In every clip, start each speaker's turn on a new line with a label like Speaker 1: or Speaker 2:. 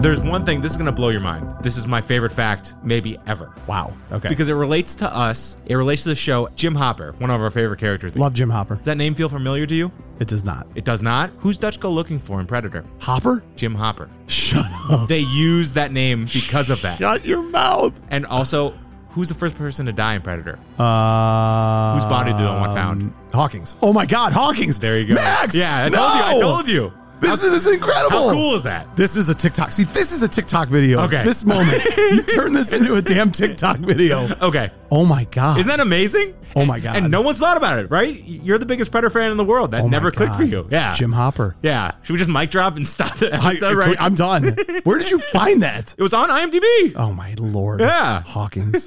Speaker 1: there's one thing. This is gonna blow your mind. This is my favorite fact, maybe ever.
Speaker 2: Wow. Okay.
Speaker 1: Because it relates to us. It relates to the show. Jim Hopper, one of our favorite characters.
Speaker 2: Love Jim Hopper.
Speaker 1: Does that name feel familiar to you?
Speaker 2: It does not.
Speaker 1: It does not. Who's Dutch go looking for in Predator?
Speaker 2: Hopper?
Speaker 1: Jim Hopper.
Speaker 2: Shut up.
Speaker 1: They use that name because of that.
Speaker 2: Shut your mouth.
Speaker 1: And also, who's the first person to die in Predator?
Speaker 2: Uh,
Speaker 1: Whose body did I want found?
Speaker 2: Hawkins. Oh my God, Hawkins.
Speaker 1: There you go.
Speaker 2: Max.
Speaker 1: Yeah, I
Speaker 2: no!
Speaker 1: told you. I told you.
Speaker 2: This is, this is incredible.
Speaker 1: How cool is that?
Speaker 2: This is a TikTok. See, this is a TikTok video.
Speaker 1: Okay.
Speaker 2: This moment, you turn this into a damn TikTok video.
Speaker 1: Okay.
Speaker 2: Oh my God.
Speaker 1: Isn't that amazing?
Speaker 2: Oh my God.
Speaker 1: And no one's thought about it, right? You're the biggest Predator fan in the world. That
Speaker 2: Oh my
Speaker 1: never clicked for
Speaker 2: God.
Speaker 1: you. Yeah.
Speaker 2: Jim Hopper.
Speaker 1: Yeah. Should we just mic drop and stop the
Speaker 2: I,
Speaker 1: episode right?
Speaker 2: am done. Where did you find that?
Speaker 1: it was on IMDb.
Speaker 2: Oh my Lord.
Speaker 1: Yeah.
Speaker 2: Hawkins.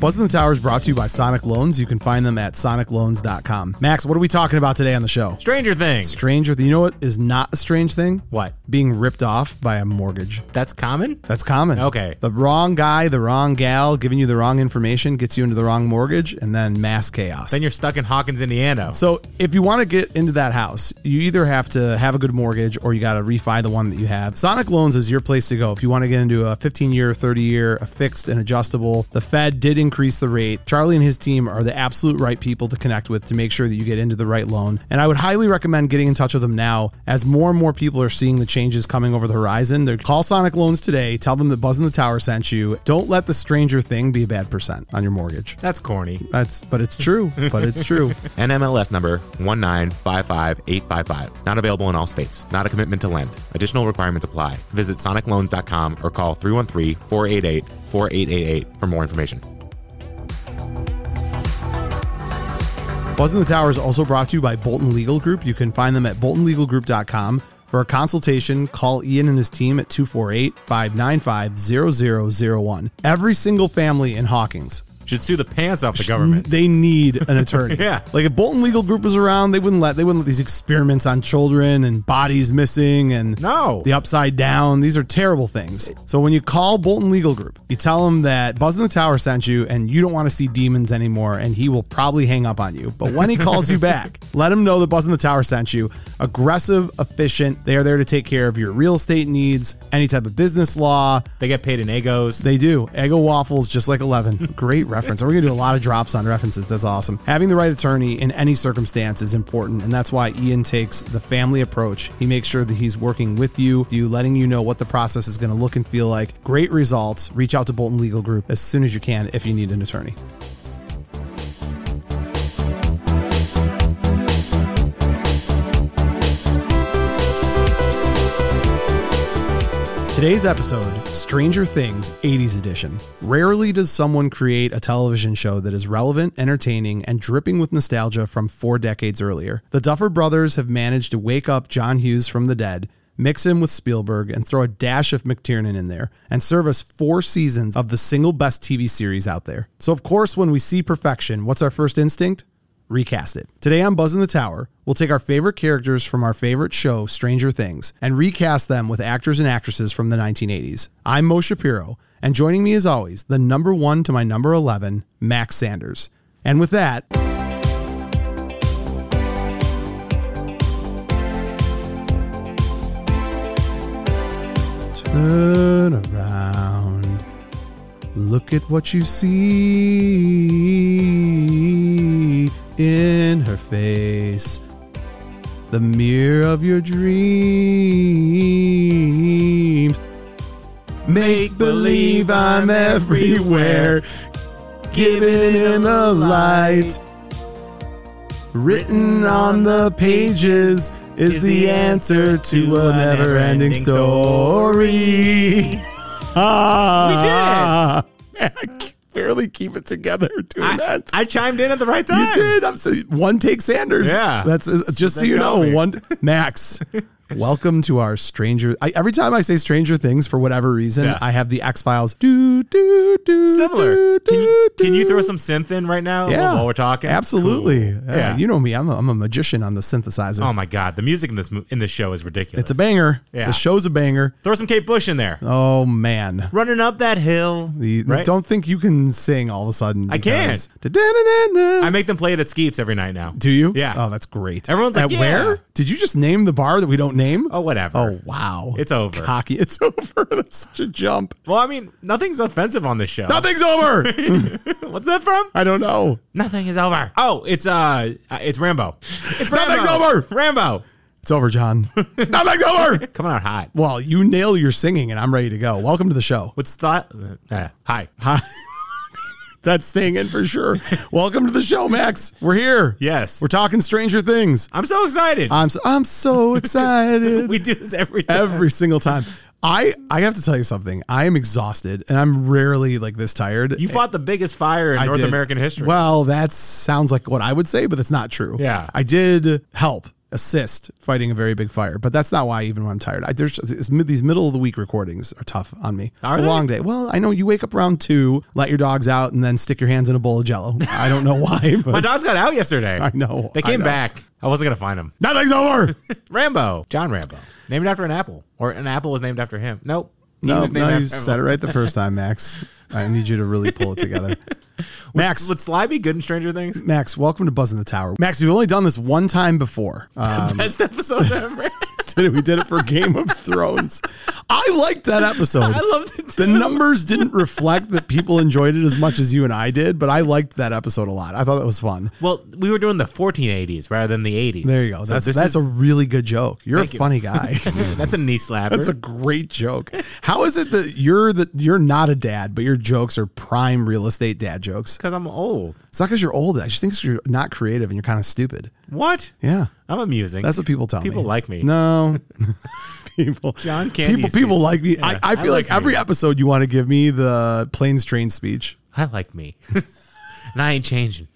Speaker 2: Buzz in the Tower is brought to you by Sonic Loans. You can find them at sonicloans.com. Max, what are we talking about today on the show?
Speaker 1: Stranger Things.
Speaker 2: Stranger, you know what is not a strange thing?
Speaker 1: what?
Speaker 2: Being ripped off by a mortgage.
Speaker 1: That's common?
Speaker 2: That's common.
Speaker 1: Okay.
Speaker 2: The wrong guy, the wrong gal giving you the wrong information gets you into the wrong mortgage and then mass chaos.
Speaker 1: Then you're stuck in Hawkins, Indiana.
Speaker 2: so if you want to get into that house, you either have to have a good mortgage or you got to refi the one that you have. Sonic Loans is your place to go if you want to get into a 15 year, 30 year, a fixed and adjustable. The Fed did increase the rate. Charlie and his team are the absolute right people to connect with to make sure that you get into the right loan. And I would highly recommend getting in touch with them now as more and more people are seeing the changes coming over the horizon. They're call Sonic Loans today. Tell them that Buzz in the Tower sent you. Don't let the stranger thing be a bad percent on your mortgage.
Speaker 1: That's corny.
Speaker 2: That's, but it's true. But it's true.
Speaker 1: NMLS number 1955855. Not available in all states. Not a commitment to lend. Additional requirements apply. Visit sonicloans.com or call 313-488-4888 for more information.
Speaker 2: Buzz in the Tower is also brought to you by Bolton Legal Group. You can find them at boltonlegalgroup.com. For a consultation, call Ian and his team at 248 595 0001. Every single family in Hawkins,
Speaker 1: Should sue the pants off the government.
Speaker 2: they need an attorney.
Speaker 1: Yeah.
Speaker 2: Like if Bolton Legal Group was around, they wouldn't let they wouldn't let these experiments on children and bodies missing and
Speaker 1: No.
Speaker 2: the upside down. These are terrible things. So when you call Bolton Legal Group, you tell him that Buzz in the Tower sent you and you don't want to see demons anymore, and he will probably hang up on you. But when he calls you back, let him know that Buzz in the Tower sent you. Aggressive, efficient. They are there to take care of your real estate needs, any type of business law.
Speaker 1: They get paid in egos.
Speaker 2: They do. Eggo waffles, just like 11. Great reference. We're going to do a lot of drops on references. That's awesome. Having the right attorney in any circumstance is important, and that's why Ian takes the family approach. He makes sure that he's working with you, with you letting you know what the process is going to look and feel like. Great results. Reach out to Bolton Legal Group as soon as you can if you need an attorney. Today's episode, Stranger Things 80s Edition. Rarely does someone create a television show that is relevant, entertaining, and dripping with nostalgia from four decades earlier. The Duffer brothers have managed to wake up John Hughes from the dead, mix him with Spielberg, and throw a dash of McTiernan in there, and serve us four seasons of the single best TV series out there. So, of course, when we see perfection, what's our first instinct? recast it. Today on Buzz in the Tower, we'll take our favorite characters from our favorite show, Stranger Things, and recast them with actors and actresses from the 1980s. I'm Mo Shapiro, and joining me as always, the number one to my number 11, Max Sanders. And with that, turn around. Look at what you see in her face. The mirror of your dreams. Make believe I'm everywhere. Giving in the light. Written on the pages is the answer to a never ending story. Ah, Man, I can barely keep it together doing
Speaker 3: I,
Speaker 2: that.
Speaker 3: I chimed in at the right
Speaker 2: you
Speaker 3: time.
Speaker 2: did. I'm so, one take Sanders.
Speaker 3: Yeah.
Speaker 2: that's uh, just so
Speaker 3: that
Speaker 2: you
Speaker 3: got
Speaker 2: know.
Speaker 3: me.
Speaker 2: One Max. Welcome to our Stranger. I, every time I say Stranger Things for whatever reason,
Speaker 3: Yeah.
Speaker 2: I have the X Files. Do do do.
Speaker 3: Similar.
Speaker 2: do,
Speaker 3: Can you,
Speaker 2: do,
Speaker 3: can you throw
Speaker 2: do.
Speaker 3: some synth in right now
Speaker 2: Yeah.
Speaker 3: while we're talking?
Speaker 2: Absolutely.
Speaker 3: Cool.
Speaker 2: Yeah.
Speaker 3: Yeah.
Speaker 2: You know me. I'm a, I'm a magician on the synthesizer.
Speaker 3: oh my god, the music in this mo- in this show is ridiculous.
Speaker 2: it's a banger.
Speaker 3: Yeah.
Speaker 2: The show's a banger.
Speaker 3: throw some Kate Bush in there.
Speaker 2: Oh man.
Speaker 3: Running up that hill.
Speaker 2: The,
Speaker 3: right?
Speaker 2: Don't think you can sing all of a sudden.
Speaker 3: I can.
Speaker 2: because- Da-da-da-da.
Speaker 3: I make them play it at Skeeps every night now.
Speaker 2: Do you?
Speaker 3: Yeah.
Speaker 2: Oh, that's great.
Speaker 3: Everyone's like,
Speaker 2: At
Speaker 3: "Yeah."
Speaker 2: where? Did you just name the bar that we don't name?
Speaker 3: Oh whatever.
Speaker 2: Oh, wow.
Speaker 3: It's over.
Speaker 2: Cocky. It's over. That's such a jump.
Speaker 3: Well, I mean, nothing's offensive on this show.
Speaker 2: Nothing's over.
Speaker 3: What's that from?
Speaker 2: I don't know.
Speaker 3: Nothing is over. Oh, it's uh, uh, it's Rambo. It's Rambo.
Speaker 2: Nothing's over.
Speaker 3: Rambo
Speaker 2: It's over, John. Nothing's over.
Speaker 3: coming out hot.
Speaker 2: Well, you nail your singing and I'm ready to go. Welcome to the show.
Speaker 3: What's that? Uh, hi.
Speaker 2: That's staying in for sure. Welcome to the show, Max. We're here.
Speaker 3: Yes.
Speaker 2: We're talking Stranger Things.
Speaker 3: I'm so excited.
Speaker 2: I'm so, I'm so excited.
Speaker 3: we do this every time.
Speaker 2: every single time. I I have to tell you something. I am exhausted, and I'm rarely like this tired.
Speaker 3: You fought the biggest fire in
Speaker 2: I
Speaker 3: North
Speaker 2: did-
Speaker 3: American history.
Speaker 2: Well, that sounds like what I would say, but that's not true.
Speaker 3: Yeah.
Speaker 2: I did help assist fighting a very big fire, but that's not why. Even when I'm tired, I, there's it's, mid- these middle of the week recordings are tough on me.
Speaker 3: Are
Speaker 2: it's a
Speaker 3: they?
Speaker 2: long day. Well, I know you wake up around two, let your dogs out, and then stick your hands in a bowl of Jello. I don't know why,
Speaker 3: My
Speaker 2: but
Speaker 3: dogs got out yesterday.
Speaker 2: I know.
Speaker 3: They
Speaker 2: I
Speaker 3: came
Speaker 2: know.
Speaker 3: back. I wasn't going to find them.
Speaker 2: nothing's over.
Speaker 3: Rambo. John Rambo. Named after an apple. Or an apple was named after him. Nope. He
Speaker 2: No,
Speaker 3: was named
Speaker 2: no, you
Speaker 3: after-
Speaker 2: said it right the first time, Max. I need you to really pull it together. Max,
Speaker 3: Would Sly be good in Stranger Things?
Speaker 2: Max, welcome to Buzz in the Tower. Max, we've only done this one time before. Um,
Speaker 3: Best episode ever.
Speaker 2: did it- we did it for Game of Thrones. I liked that episode.
Speaker 3: I loved it.
Speaker 2: The numbers didn't reflect that people enjoyed it as much as you and I did, but I liked that episode a lot. I thought that was fun.
Speaker 3: Well, we were doing the 1480s rather than the 80s.
Speaker 2: There you go.
Speaker 3: So
Speaker 2: That's
Speaker 3: this
Speaker 2: that's
Speaker 3: is-
Speaker 2: a really good joke. You're a
Speaker 3: Thank you.
Speaker 2: funny guy.
Speaker 3: that's a knee slapper.
Speaker 2: That's a great joke. How is it that you're that you're not a dad, but your jokes are prime real estate dad jokes?
Speaker 3: because I'm old.
Speaker 2: It's not because you're old. I just think 'cause you're not creative and you're kind of stupid.
Speaker 3: What?
Speaker 2: Yeah.
Speaker 3: I'm amusing.
Speaker 2: That's what people tell me.
Speaker 3: People like me.
Speaker 2: No. people.
Speaker 3: John Candy
Speaker 2: People,
Speaker 3: is-
Speaker 2: people like me. I, I
Speaker 3: I
Speaker 2: feel like,
Speaker 3: like me.
Speaker 2: every episode you want to give me the planes, train speech.
Speaker 3: I like me. and I ain't changing.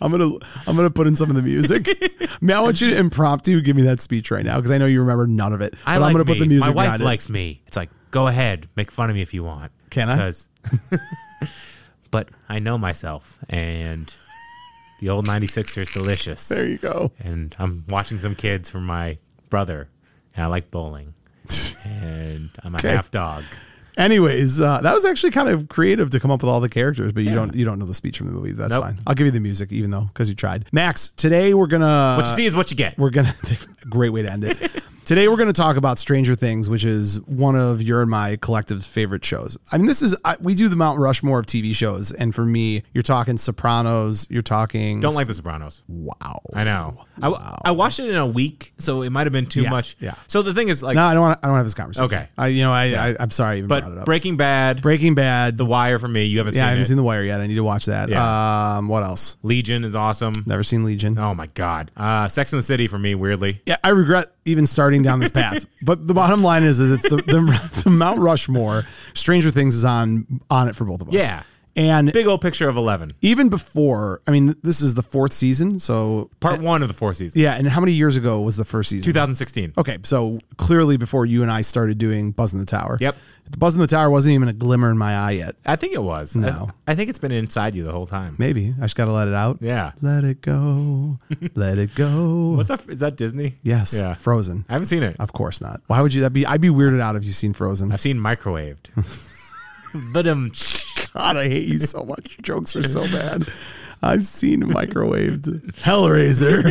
Speaker 2: I'm gonna I'm gonna put in some of the music. I mean, I want you to impromptu give me that speech right now because I know you remember none of it.
Speaker 3: I
Speaker 2: but
Speaker 3: like
Speaker 2: I'm gonna
Speaker 3: me.
Speaker 2: put the music
Speaker 3: My wife
Speaker 2: around it.
Speaker 3: likes me. It's like, go ahead, make fun of me if you want.
Speaker 2: Can I?
Speaker 3: 'Cause- but I know myself, and the old 96er is delicious.
Speaker 2: There you go.
Speaker 3: and I'm watching some kids for my brother, and I like bowling, and I'm a half dog.
Speaker 2: Anyways, uh, that was actually kind of creative to come up with all the characters, but you don't you don't know the speech from the movie. That's
Speaker 3: Nope.
Speaker 2: fine. I'll give you the music even though because you tried. Max, today we're gonna
Speaker 3: What you see is what you get.
Speaker 2: Uh, we're gonna great way to end it today we're gonna talk about stranger things which is one of your and my collective favorite shows i mean this is I, we do the mount rushmore of tv shows and for me you're talking sopranos you're talking
Speaker 3: Don't like The Sopranos.
Speaker 2: wow
Speaker 3: I know. I, w- I watched it in a week, so it might have been too
Speaker 2: Yeah,
Speaker 3: much.
Speaker 2: yeah.
Speaker 3: So the thing is, like,
Speaker 2: No, I don't. Want, I don't have this conversation.
Speaker 3: Okay.
Speaker 2: I, you know, I, I I'm sorry. I even brought it
Speaker 3: but
Speaker 2: up.
Speaker 3: Breaking Bad,
Speaker 2: Breaking Bad.
Speaker 3: The Wire for me, you haven't
Speaker 2: yeah, I
Speaker 3: seen
Speaker 2: haven't
Speaker 3: it.
Speaker 2: seen The Wire yet. I need to watch that. Um, what else?
Speaker 3: Legion is awesome.
Speaker 2: Never seen Legion.
Speaker 3: Oh my god. Uh, Sex and the City for me, weirdly.
Speaker 2: Yeah, I regret even starting down this path. but the bottom line is, is it's the, the, the Mount Rushmore. Stranger Things is on on it for both of us.
Speaker 3: Yeah.
Speaker 2: and
Speaker 3: Big old picture of Eleven,
Speaker 2: even before, I mean, this is the fourth season. So
Speaker 3: part one of the four seasons,
Speaker 2: yeah, and how many years ago was the first season?
Speaker 3: 2016.
Speaker 2: Okay, so clearly before you and I started doing Buzz in the Tower.
Speaker 3: Yep.
Speaker 2: The Buzz in the Tower wasn't even a glimmer in my eye yet.
Speaker 3: I think it was.
Speaker 2: No.
Speaker 3: I, I think it's been inside you the whole time.
Speaker 2: Maybe I just got to let it out.
Speaker 3: Yeah.
Speaker 2: Let it go. let it go.
Speaker 3: What's that? Is that Disney?
Speaker 2: yes.
Speaker 3: Yeah.
Speaker 2: Frozen.
Speaker 3: I haven't seen it.
Speaker 2: Of course not. Why would you? That be? I'd be weirded out if you've seen Frozen.
Speaker 3: I've seen microwaved. but um,
Speaker 2: God, I hate you so much. Jokes are so bad. I've seen microwaved Hellraiser.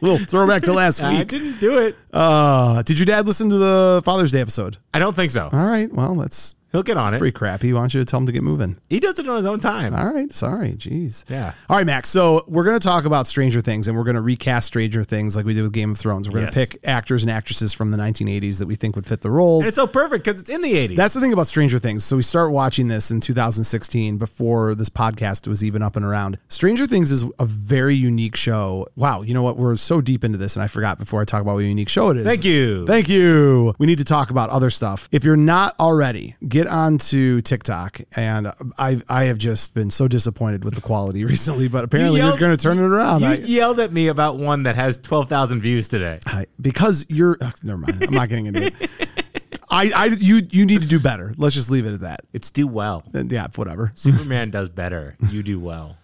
Speaker 2: little throwback to last
Speaker 3: I
Speaker 2: week.
Speaker 3: didn't do it.
Speaker 2: Uh, did your dad listen to the Father's Day episode?
Speaker 3: I don't think so.
Speaker 2: All right. Well, that's
Speaker 3: He'll get on it.
Speaker 2: pretty crappy. Why don't you tell him to get moving?
Speaker 3: He does it on his own time.
Speaker 2: All right. Sorry. Jeez.
Speaker 3: Yeah.
Speaker 2: All right, Max. So we're going to talk about Stranger Things and we're going to recast Stranger Things like we did with Game of Thrones. We're going to
Speaker 3: Yes.
Speaker 2: pick actors and actresses from the 1980s that we think would fit the roles.
Speaker 3: And it's so perfect because it's in the 80s.
Speaker 2: That's the thing about Stranger Things. So we start watching this in 2016 before this podcast was even up and around. Stranger Things is a very unique show. Wow, you know what? We're so deep into this and I forgot before I talk about what a unique show it is.
Speaker 3: Thank you.
Speaker 2: Thank you. We need to talk about other stuff. If you're not already, get onto TikTok. And I I have just been so disappointed with the quality recently, but apparently you are
Speaker 3: yelled-
Speaker 2: going to turn it around.
Speaker 3: you
Speaker 2: I-
Speaker 3: yelled at me about one that has 12,000 views today.
Speaker 2: I- because you're ugh, never mind. I'm not getting into it. I, I you you need to do better. Let's just leave it at that.
Speaker 3: It's do well.
Speaker 2: And Yeah, whatever.
Speaker 3: Superman does better. You do well.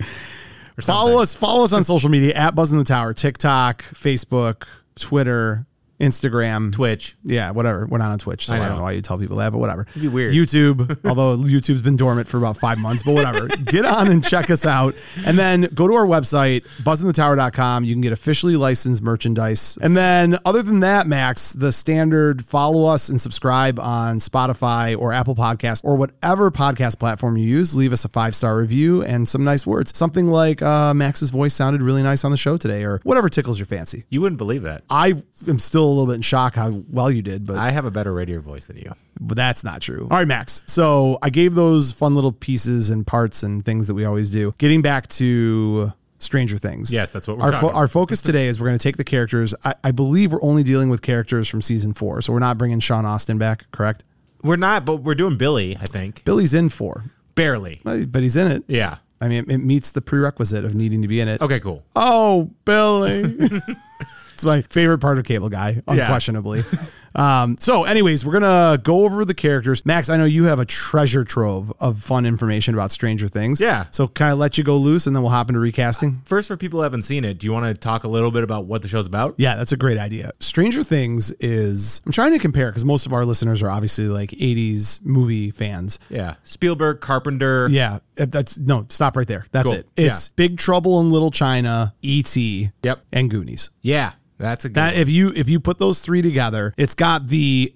Speaker 3: Or
Speaker 2: Follow us. Follow us on social media at Buzz in the Tower, TikTok, Facebook, Twitter, Instagram.
Speaker 3: Twitch.
Speaker 2: Yeah, whatever. We're not on Twitch, so I,
Speaker 3: I
Speaker 2: don't
Speaker 3: know.
Speaker 2: know why you tell people that, but whatever. It'd
Speaker 3: be weird.
Speaker 2: YouTube, although YouTube's been dormant for about five months, but whatever. get on and check us out. And then go to our website, buzzinthetower.com. You can get officially licensed merchandise. And then, other than that, Max, the standard follow us and subscribe on Spotify or Apple Podcasts or whatever podcast platform you use. Leave us a five star review and some nice words. Something like uh, Max's voice sounded really nice on the show today, or whatever tickles your fancy.
Speaker 3: You wouldn't believe that.
Speaker 2: I am still a little bit in shock how well you did, but
Speaker 3: I have a better radio voice than you.
Speaker 2: but that's not true. All right, Max. So I gave those fun little pieces and parts and things that we always do. Getting back to Stranger Things.
Speaker 3: Yes, that's what we're
Speaker 2: Our,
Speaker 3: talking
Speaker 2: fo- our focus today is we're going to take the characters. I, I believe we're only dealing with characters from season four, so we're not bringing Sean Austin back, correct?
Speaker 3: We're not, but we're doing Billy, I think.
Speaker 2: Billy's in four,
Speaker 3: Barely.
Speaker 2: but but he's in it.
Speaker 3: Yeah.
Speaker 2: I mean, it meets the prerequisite of needing to be in it.
Speaker 3: Okay, cool.
Speaker 2: Oh, Billy. it's my favorite part of Cable Guy, unquestionably. um, so, anyways, we're going to go over the characters. Max, I know you have a treasure trove of fun information about Stranger Things.
Speaker 3: Yeah.
Speaker 2: So, can I let you go loose and then we'll hop into recasting?
Speaker 3: First, for people who haven't seen it, do you want to talk a little bit about what the show's about?
Speaker 2: Yeah, that's a great idea. Stranger Things is, I'm trying to compare because most of our listeners are obviously like 80s movie fans.
Speaker 3: Yeah. Spielberg, Carpenter.
Speaker 2: Yeah, uh, that's no, stop right there. That's
Speaker 3: Cool.
Speaker 2: it. It's Big Trouble in Little China, E.T.,
Speaker 3: Yep.
Speaker 2: and Goonies.
Speaker 3: Yeah. That's a good
Speaker 2: That Uh, if you if you put those three together, it's got the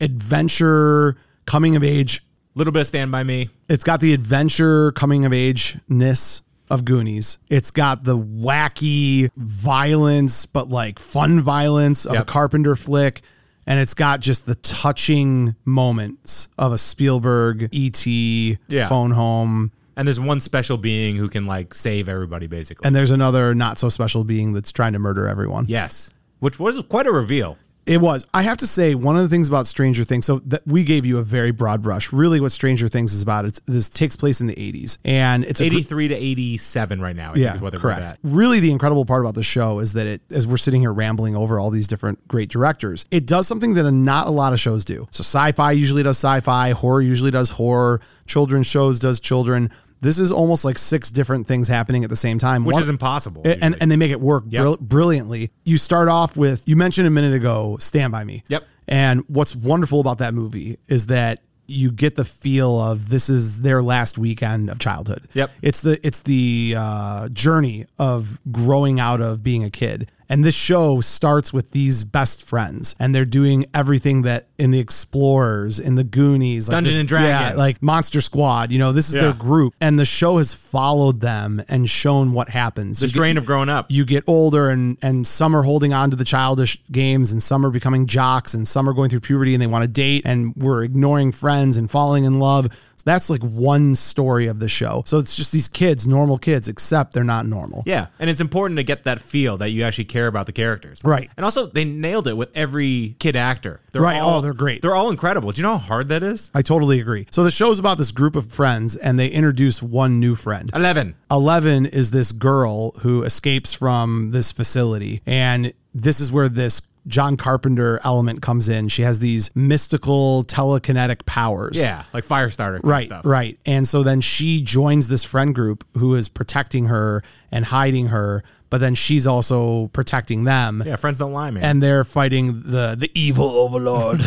Speaker 2: adventure coming of age.
Speaker 3: little bit of Stand By Me.
Speaker 2: It's got the adventure coming of age ness of Goonies. It's got the wacky violence, but like fun violence of
Speaker 3: Yep.
Speaker 2: a Carpenter flick. And it's got just the touching moments of a Spielberg, E.T.,
Speaker 3: Yeah.
Speaker 2: Phone Home.
Speaker 3: And there's one special being who can like save everybody basically.
Speaker 2: And there's another not so special being that's trying to murder everyone.
Speaker 3: yes. Which was quite a reveal.
Speaker 2: It was. I have to say, one of the things about Stranger Things. So that we gave you a very broad brush. Really, what Stranger Things is about. It's, this takes place in the '80s, and it's a gr-
Speaker 3: 83 to 87 right now. I think
Speaker 2: yeah,
Speaker 3: is what they were
Speaker 2: correct.
Speaker 3: at.
Speaker 2: Really, the incredible part about the show is that it, as we're sitting here rambling over all these different great directors, it does something that not a lot of shows do. So, sci-fi usually does sci-fi, horror usually does horror, children's shows does children. This is almost like six different things happening at the same time,
Speaker 3: Which
Speaker 2: One-
Speaker 3: is impossible.
Speaker 2: and, and,
Speaker 3: usually.
Speaker 2: and they make it work brill- brilliantly. You start off with you mentioned a minute ago, Stand by Me.
Speaker 3: Yep.
Speaker 2: And what's wonderful about that movie is that you get the feel of this is their last weekend of childhood.
Speaker 3: Yep.
Speaker 2: It's the it's the uh, journey of growing out of being a kid. And this show starts with these best friends, and they're doing everything that in the Explorers, in the Goonies, like
Speaker 3: Dungeons
Speaker 2: this-
Speaker 3: and Dragons.
Speaker 2: yeah, like Monster Squad. You know, this is
Speaker 3: Yeah.
Speaker 2: their group, and the show has followed them and shown what happens.
Speaker 3: The
Speaker 2: You get-
Speaker 3: strain of growing up.
Speaker 2: you get older and and some are holding on to the childish games and some are becoming jocks and some are going through puberty and they want to date and we're ignoring friends and falling in love so that's like one story of the show so it's just these kids normal kids except they're not normal
Speaker 3: Yeah, and it's important to get that feel that you actually care about the characters,
Speaker 2: Right.
Speaker 3: And also, they nailed it with every kid actor. They're
Speaker 2: Right, oh, they're great.
Speaker 3: They're all incredible. Do you know how hard that is?
Speaker 2: I totally agree. So the show's about this group of friends and they introduce one new friend.
Speaker 3: Eleven.
Speaker 2: 11 is this girl who escapes from this facility. And this is where this John Carpenter element comes in. She has these mystical telekinetic powers.
Speaker 3: Yeah, like Firestarter. Kind of
Speaker 2: Right,
Speaker 3: Stuff.
Speaker 2: right. And so then she joins this friend group who is protecting her and hiding her, but then she's also protecting them
Speaker 3: Yeah, friends don't lie, man.
Speaker 2: and they're fighting the the evil overlord.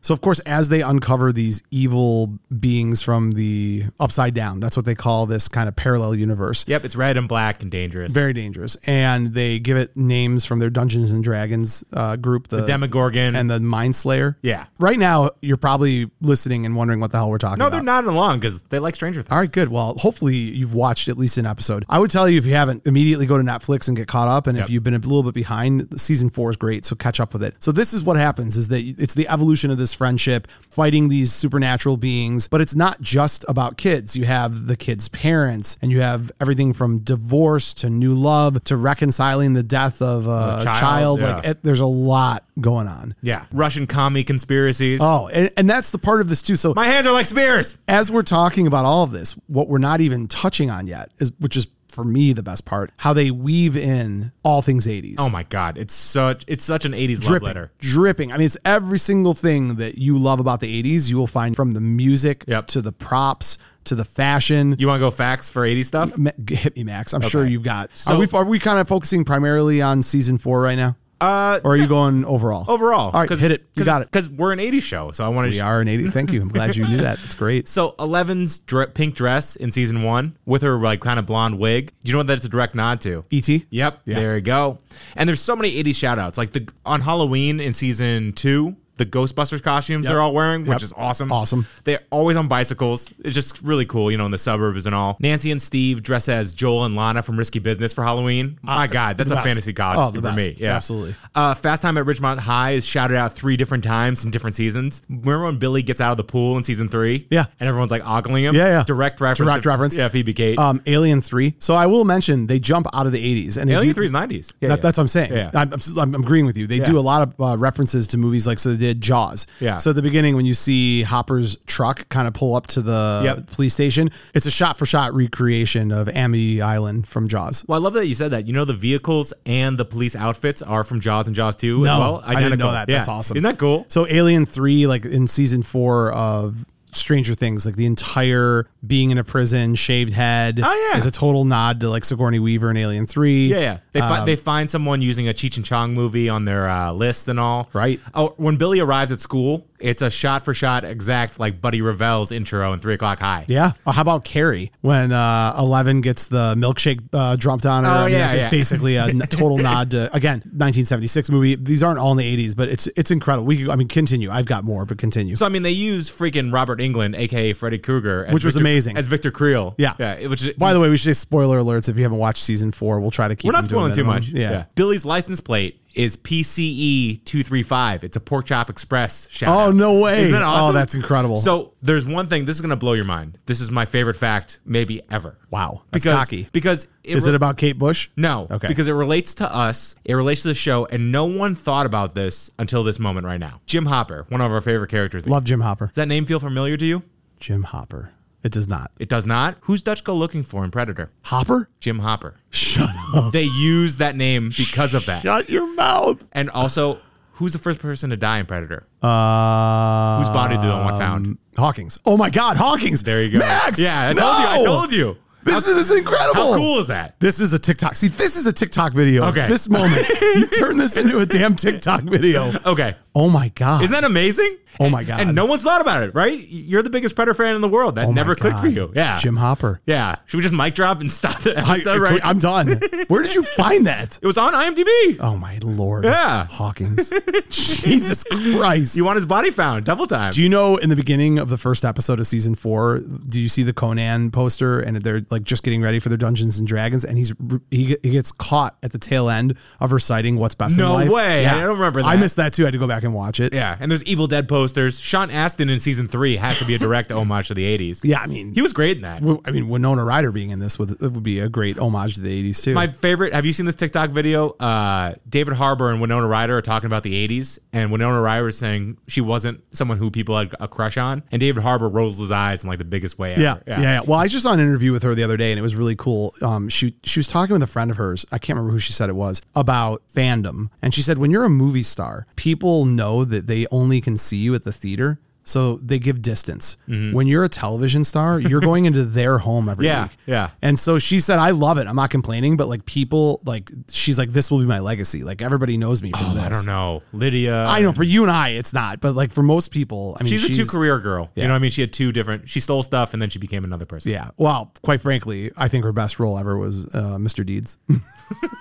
Speaker 2: so of course, as they uncover these evil beings from the upside down, that's what they call this kind of parallel universe.
Speaker 3: yep, it's red and black and dangerous.
Speaker 2: Very dangerous, and they give it names from their Dungeons and Dragons uh, group, the,
Speaker 3: Demogorgon.
Speaker 2: and the Mind Slayer.
Speaker 3: Yeah.
Speaker 2: Right now, you're probably listening and wondering what the hell we're talking
Speaker 3: no,
Speaker 2: about.
Speaker 3: they're nodding along because they like Stranger Things.
Speaker 2: All right, good. Well, hopefully you've watched at least an episode. I would tell you if you haven't, immediately go to Netflix and get caught up. And if
Speaker 3: Yep.
Speaker 2: you've been a little bit behind, season four is great, so catch up with it. So this is what happens: is that it's the evolution of this friendship, fighting these supernatural beings. But it's not just about kids. You have the kids' parents, and you have everything from divorce to new love to reconciling the death of a,
Speaker 3: A
Speaker 2: child.
Speaker 3: child,
Speaker 2: Like
Speaker 3: yeah.
Speaker 2: it, there's a lot going on.
Speaker 3: Yeah, Russian commie conspiracies.
Speaker 2: Oh, and, and that's the part of this too. So
Speaker 3: My hands are like spears.
Speaker 2: as we're talking about all of this, what we're not even touching on yet is, which is for me the best part, how they weave in all things 80s.
Speaker 3: Oh my god, it's such it's such an '80s love
Speaker 2: dripping,
Speaker 3: letter.
Speaker 2: dripping. I mean, it's every single thing that you love about the 80s. You will find from the music
Speaker 3: Yep.
Speaker 2: to the props to the fashion.
Speaker 3: You want to go facts for '80s stuff?
Speaker 2: Ma- Hit me, Max. I'm sure you've got.
Speaker 3: So-
Speaker 2: are we are we kind of focusing primarily on season four right now,
Speaker 3: Uh,
Speaker 2: or are you going overall?
Speaker 3: overall,
Speaker 2: All right, hit it. You got it.
Speaker 3: Because we're an '80s show, so I want
Speaker 2: We
Speaker 3: to
Speaker 2: are an 80s. Thank you. I'm glad you knew that. It's great.
Speaker 3: So Eleven's dre- pink dress in season one with her like kind of blonde wig. Do you know what that's a direct nod to?
Speaker 2: Et.
Speaker 3: Yep. There you go. And there's so many 80s shout outs. Like the on Halloween in season two, the Ghostbusters costumes they're all wearing,
Speaker 2: Yep.
Speaker 3: which is awesome.
Speaker 2: Awesome.
Speaker 3: They're always on bicycles. It's just really cool, you know, in the suburbs and all. Nancy and Steve dress as Joel and Lana from Risky Business for Halloween. My God, that's a
Speaker 2: best.
Speaker 3: fantasy
Speaker 2: Oh,
Speaker 3: college
Speaker 2: Ah, the
Speaker 3: for me.
Speaker 2: best.
Speaker 3: Yeah.
Speaker 2: Absolutely.
Speaker 3: Uh, Fast Time at Ridgemont High is shouted out three different times in different seasons. Remember when Billy gets out of the pool in season three?
Speaker 2: Yeah.
Speaker 3: And everyone's like ogling him?
Speaker 2: Yeah, yeah.
Speaker 3: Direct reference.
Speaker 2: Direct
Speaker 3: to-
Speaker 2: reference.
Speaker 3: Yeah, Phoebe Kate.
Speaker 2: Um, Alien Three. So I will mention they jump out of the 80s and they
Speaker 3: Alien
Speaker 2: do-
Speaker 3: 3 is 90s. Yeah,
Speaker 2: That,
Speaker 3: yeah.
Speaker 2: That's what I'm saying.
Speaker 3: Yeah.
Speaker 2: I'm, I'm, I'm agreeing with you. They do a lot of uh, references to movies like so they did Jaws.
Speaker 3: Yeah.
Speaker 2: So at the beginning, when you see Hopper's truck kind of pull up to the
Speaker 3: Yep.
Speaker 2: police station, it's a shot for shot recreation of Amity Island from Jaws.
Speaker 3: Well, I love that you said that. You know, the vehicles and the police outfits are from Jaws and Jaws 2 as
Speaker 2: No,
Speaker 3: well.
Speaker 2: I didn't know that. That's awesome.
Speaker 3: Isn't that cool?
Speaker 2: So Alien Three, like in season four of Stranger Things, like the entire being in a prison, shaved head.
Speaker 3: Oh, yeah.
Speaker 2: is a total nod to like Sigourney Weaver in Alien Three.
Speaker 3: Yeah, yeah. They,
Speaker 2: Um,
Speaker 3: fi- they find someone using a Cheech and Chong movie on their uh, list and all.
Speaker 2: Right.
Speaker 3: Oh, when Billy arrives at school, it's a shot for shot exact like Buddy Revell's intro in Three O'Clock High.
Speaker 2: Yeah. Or how about Carrie when uh, Eleven gets the milkshake uh, dropped on her?
Speaker 3: Oh, yeah,
Speaker 2: it's
Speaker 3: yeah.
Speaker 2: basically a n- total nod to again 1976 movie. These aren't all in the 80s, but it's it's incredible. We could, I mean, continue. I've got more, but continue.
Speaker 3: So I mean, they use freaking Robert England, aka Freddy Krueger, as
Speaker 2: Which was
Speaker 3: Victor-
Speaker 2: amazing.
Speaker 3: as Victor Creel.
Speaker 2: Yeah.
Speaker 3: yeah. it- Which is,
Speaker 2: By the way, we should say spoiler alerts if you haven't watched season four. We'll try to keep.
Speaker 3: we're not
Speaker 2: them to a
Speaker 3: spoiling too
Speaker 2: minimum.
Speaker 3: much.
Speaker 2: Yeah.
Speaker 3: Billy's license plate is PCE two three five. It's a Pork Chop Express. Shout
Speaker 2: Oh
Speaker 3: out.
Speaker 2: no way!
Speaker 3: Isn't that awesome?
Speaker 2: Oh, that's incredible.
Speaker 3: So there's one thing. This is gonna blow your mind. This is my favorite fact, maybe ever.
Speaker 2: wow, that's
Speaker 3: Because
Speaker 2: cocky.
Speaker 3: because it
Speaker 2: Is
Speaker 3: re-
Speaker 2: it about Kate Bush?
Speaker 3: no
Speaker 2: Okay.
Speaker 3: because it relates to us. It relates to the show, and no one thought about this until this moment right now. Jim Hopper, one of our favorite characters. Does
Speaker 2: Love Jim Hopper.
Speaker 3: that name feel familiar to you?
Speaker 2: Jim Hopper. It does not.
Speaker 3: It does not. Who's Dutch go looking for in Predator?
Speaker 2: Hopper.
Speaker 3: Jim Hopper.
Speaker 2: Shut up.
Speaker 3: They use that name because of that.
Speaker 2: Shut your mouth.
Speaker 3: And also, who's the first person to die in Predator?
Speaker 2: Uh,
Speaker 3: Whose body did no one found?
Speaker 2: Hawkins. Oh my God, Hawkins.
Speaker 3: There you go.
Speaker 2: Max.
Speaker 3: Yeah, I told you. I
Speaker 2: no!
Speaker 3: told you.
Speaker 2: This, is, this is incredible.
Speaker 3: How cool is that?
Speaker 2: This is a TikTok. See, this is a TikTok video.
Speaker 3: Okay.
Speaker 2: This moment, you turn this into a damn TikTok video.
Speaker 3: Okay.
Speaker 2: Oh my God.
Speaker 3: Isn't that amazing?
Speaker 2: Oh my God.
Speaker 3: And no one's thought about it, right? You're the biggest Predator fan in the world. That
Speaker 2: Oh my
Speaker 3: never clicked for
Speaker 2: God.
Speaker 3: you. Yeah.
Speaker 2: Jim Hopper.
Speaker 3: Yeah. Should we just mic drop and stop the
Speaker 2: I,
Speaker 3: episode, right?
Speaker 2: am done. Where did you find that?
Speaker 3: it was on IMDb.
Speaker 2: Oh my Lord.
Speaker 3: Yeah.
Speaker 2: Hawkins. Jesus Christ.
Speaker 3: You want his body found. Double time.
Speaker 2: Do you know in the beginning of the first episode of season four? Do you see the Conan poster and they're like just getting ready for their Dungeons and Dragons and he's he, ge- he gets caught at the tail end of reciting what's best.
Speaker 3: No
Speaker 2: in life.
Speaker 3: way. I don't remember
Speaker 2: I
Speaker 3: that.
Speaker 2: missed that too. I had to go back and watch it.
Speaker 3: yeah. And there's Evil Dead posters. Sean Astin in season three has to be a direct homage to the 80s.
Speaker 2: Yeah, I mean,
Speaker 3: He was great in that.
Speaker 2: w- I mean, Winona Ryder being in this would it would be a great homage to the '80s too.
Speaker 3: My favorite. Have you seen this TikTok video? Uh, David Harbour and Winona Ryder are talking about the '80s, and Winona Ryder is saying she wasn't someone who people had a crush on, and David Harbour rolls his eyes in like the biggest way.
Speaker 2: yeah,
Speaker 3: ever.
Speaker 2: yeah, yeah. Well, I just saw an interview with her the other day, and it was really cool. Um, she she was talking with a friend of hers. I can't remember who she said it was about fandom, and she said when you're a movie star, people know that they only can see you at the theater, so they give distance. When you're a television star, you're going into their home every
Speaker 3: Mm-hmm. Yeah,
Speaker 2: week.
Speaker 3: yeah.
Speaker 2: And so she said, I love it. I'm not complaining, but like people, like she's like, this will be my legacy. Like everybody knows me from this.
Speaker 3: Oh, I don't know Lydia.
Speaker 2: I know for you and I, it's not, but like for most people, I mean,
Speaker 3: She's,
Speaker 2: she's
Speaker 3: a two career girl. You know, what I mean, she had two different. She stole stuff, and then she became another person.
Speaker 2: Yeah. Well, quite frankly, I think her best role ever was uh, Mr. Deeds.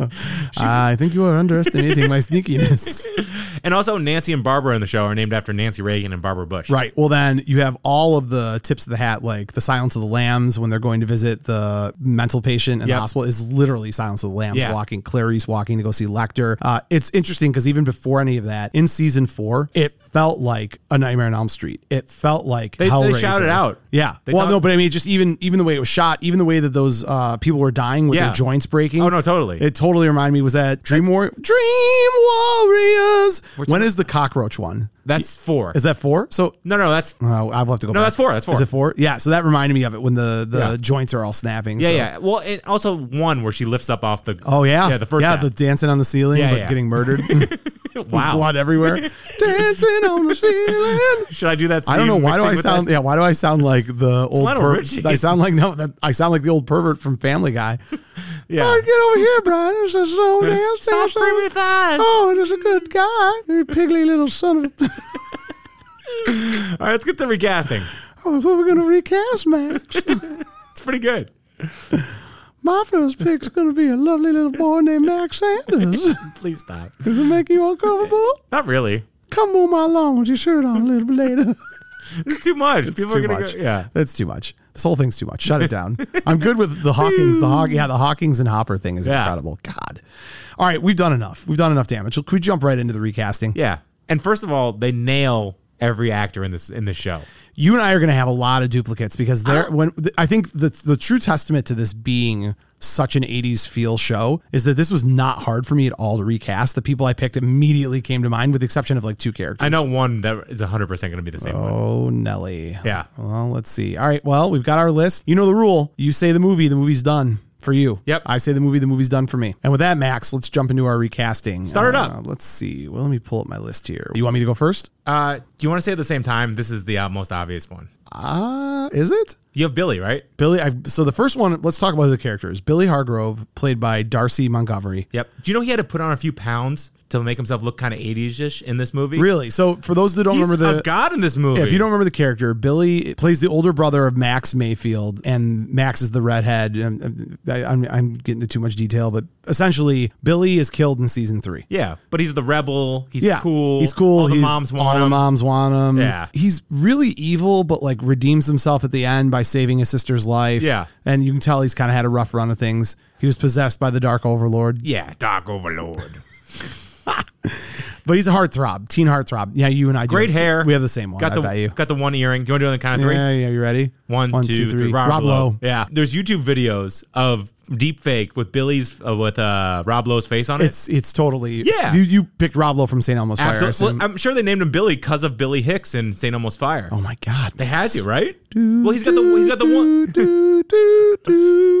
Speaker 2: Uh, I think you are underestimating my sneakiness.
Speaker 3: And also, Nancy and Barbara in the show are named after Nancy Reagan and Barbara Bush.
Speaker 2: Right. Well, then you have all of the tips of the hat, like the Silence of the Lambs when they're going to visit the mental patient in
Speaker 3: Yep.
Speaker 2: the hospital is literally Silence of the Lambs
Speaker 3: Yeah.
Speaker 2: walking, Clarice walking to go see Lecter. Uh, it's interesting because even before any of that, in season four, it felt like a Nightmare on Elm Street. It felt like
Speaker 3: they
Speaker 2: Hellraiser.
Speaker 3: shouted out.
Speaker 2: Yeah.
Speaker 3: They
Speaker 2: well,
Speaker 3: talk-
Speaker 2: no, but I mean, just even even the way it was shot, even the way that those uh, people were dying with
Speaker 3: Yeah.
Speaker 2: their joints breaking.
Speaker 3: Oh no, totally.
Speaker 2: It totally reminded me was that Dream War Dream Warriors. When is the cockroach one?
Speaker 3: that's four.
Speaker 2: Is that four? So
Speaker 3: no, no, that's
Speaker 2: uh, I'll have to go.
Speaker 3: No,
Speaker 2: back.
Speaker 3: that's four, that's four.
Speaker 2: Is it four? Yeah. So that reminded me of it when the the
Speaker 3: Yeah.
Speaker 2: joints are all snapping.
Speaker 3: yeah,
Speaker 2: so-
Speaker 3: yeah. Well, and also one where she lifts up off the.
Speaker 2: Oh yeah.
Speaker 3: yeah. The first
Speaker 2: Yeah,
Speaker 3: half.
Speaker 2: the dancing on the ceiling,
Speaker 3: Yeah,
Speaker 2: but
Speaker 3: yeah.
Speaker 2: getting murdered.
Speaker 3: wow.
Speaker 2: Blood everywhere. dancing on the ceiling.
Speaker 3: Should I do that?
Speaker 2: I don't know
Speaker 3: scene
Speaker 2: why do
Speaker 3: mixing
Speaker 2: I
Speaker 3: with that?
Speaker 2: sound yeah why do I sound like the old
Speaker 3: Lionel
Speaker 2: per-
Speaker 3: Richie.
Speaker 2: I sound like no that, I sound like the old pervert from Family Guy.
Speaker 3: Yeah.
Speaker 2: Oh, get over here, Brian. This is so nasty.
Speaker 3: Soft creamy thighs.
Speaker 2: Oh, just a good guy. You piggly little son of. a-
Speaker 3: All right, let's get to recasting.
Speaker 2: Oh, we're gonna recast Max.
Speaker 3: It's pretty good.
Speaker 2: My first pick's gonna be a lovely little boy named Max Sanders.
Speaker 3: Please stop.
Speaker 2: Does it make you uncomfortable?
Speaker 3: Not really.
Speaker 2: Come on my lawn with your shirt on a little bit later.
Speaker 3: It's too much. People
Speaker 2: too
Speaker 3: are gonna
Speaker 2: much.
Speaker 3: Go, yeah.
Speaker 2: that's too much. This whole thing's too much. Shut it down. I'm good with the Hawkins. The Haw- yeah, the Hawkins and Hopper thing is
Speaker 3: Yeah.
Speaker 2: incredible. God. All right, we've done enough. We've done enough damage. Can we jump right into the recasting?
Speaker 3: Yeah. And first of all, they nail every actor in this in this show.
Speaker 2: You and I are going to have a lot of duplicates because there.
Speaker 3: Uh-huh.
Speaker 2: When th- I think the the true testament to this being such an 80s feel show is that this was not hard for me at all to recast. The people I picked immediately came to mind, with the exception of like two characters.
Speaker 3: I know one that is 100% going to be the same one.
Speaker 2: Oh, Nelly.
Speaker 3: Yeah.
Speaker 2: Well, let's see. All right. Well, we've got our list. You know the rule. You say the movie, the movie's done for you.
Speaker 3: Yep.
Speaker 2: I say the movie, the movie's done for me. And with that, Max, let's jump into our recasting. Uh,
Speaker 3: Start it up.
Speaker 2: Let's see. Well, let me pull up my list here. You want me to go first?
Speaker 3: Uh, do you want to say at the same time? This is the uh, most obvious one.
Speaker 2: Uh, is it?
Speaker 3: You have Billy, right?
Speaker 2: Billy, I, so the first one, let's talk about the characters. Billy Hargrove, played by Darcy Montgomery.
Speaker 3: Yep. Do you know he had to put on a few pounds to make himself look kind of 80s ish in this movie?
Speaker 2: Really? So for those that don't
Speaker 3: He's
Speaker 2: remember the
Speaker 3: a god in this movie.
Speaker 2: Yeah, if you don't remember the character, Billy plays the older brother of Max Mayfield, and Max is the redhead. Um, I, I'm, I'm getting into too much detail, but essentially, Billy is killed in season three.
Speaker 3: Yeah, but he's the rebel. He's
Speaker 2: Yeah,
Speaker 3: cool.
Speaker 2: He's cool.
Speaker 3: All the
Speaker 2: he's,
Speaker 3: moms want
Speaker 2: all
Speaker 3: him.
Speaker 2: the moms want him.
Speaker 3: Yeah.
Speaker 2: he's really evil, but like redeems himself at the end by saving his sister's life.
Speaker 3: Yeah.
Speaker 2: and you can tell he's kind of had a rough run of things. He was possessed by the Dark Overlord,
Speaker 3: Yeah, Dark Overlord.
Speaker 2: but he's a heartthrob, teen heartthrob. Yeah, you and I. do.
Speaker 3: Great hair.
Speaker 2: We have the same one.
Speaker 3: got
Speaker 2: I
Speaker 3: the
Speaker 2: bet you.
Speaker 3: got the one earring. Do you want to do it on the count of three?
Speaker 2: Yeah, yeah. You ready?
Speaker 3: One,
Speaker 2: One,
Speaker 3: two, three.
Speaker 2: Rob, Lowe.
Speaker 3: Yeah, there's YouTube videos of deep fake with Billy's uh, with uh, Rob Lowe's face on it.
Speaker 2: It's it's totally
Speaker 3: Yeah.
Speaker 2: You you picked Rob Lowe from St. Elmo's Fire. I
Speaker 3: Absolutely.
Speaker 2: assume.
Speaker 3: Well, I'm sure they named him Billy because of Billy Hicks in St. Elmo's Fire.
Speaker 2: oh my God!
Speaker 3: They had to, right? well, he's got the he's got the one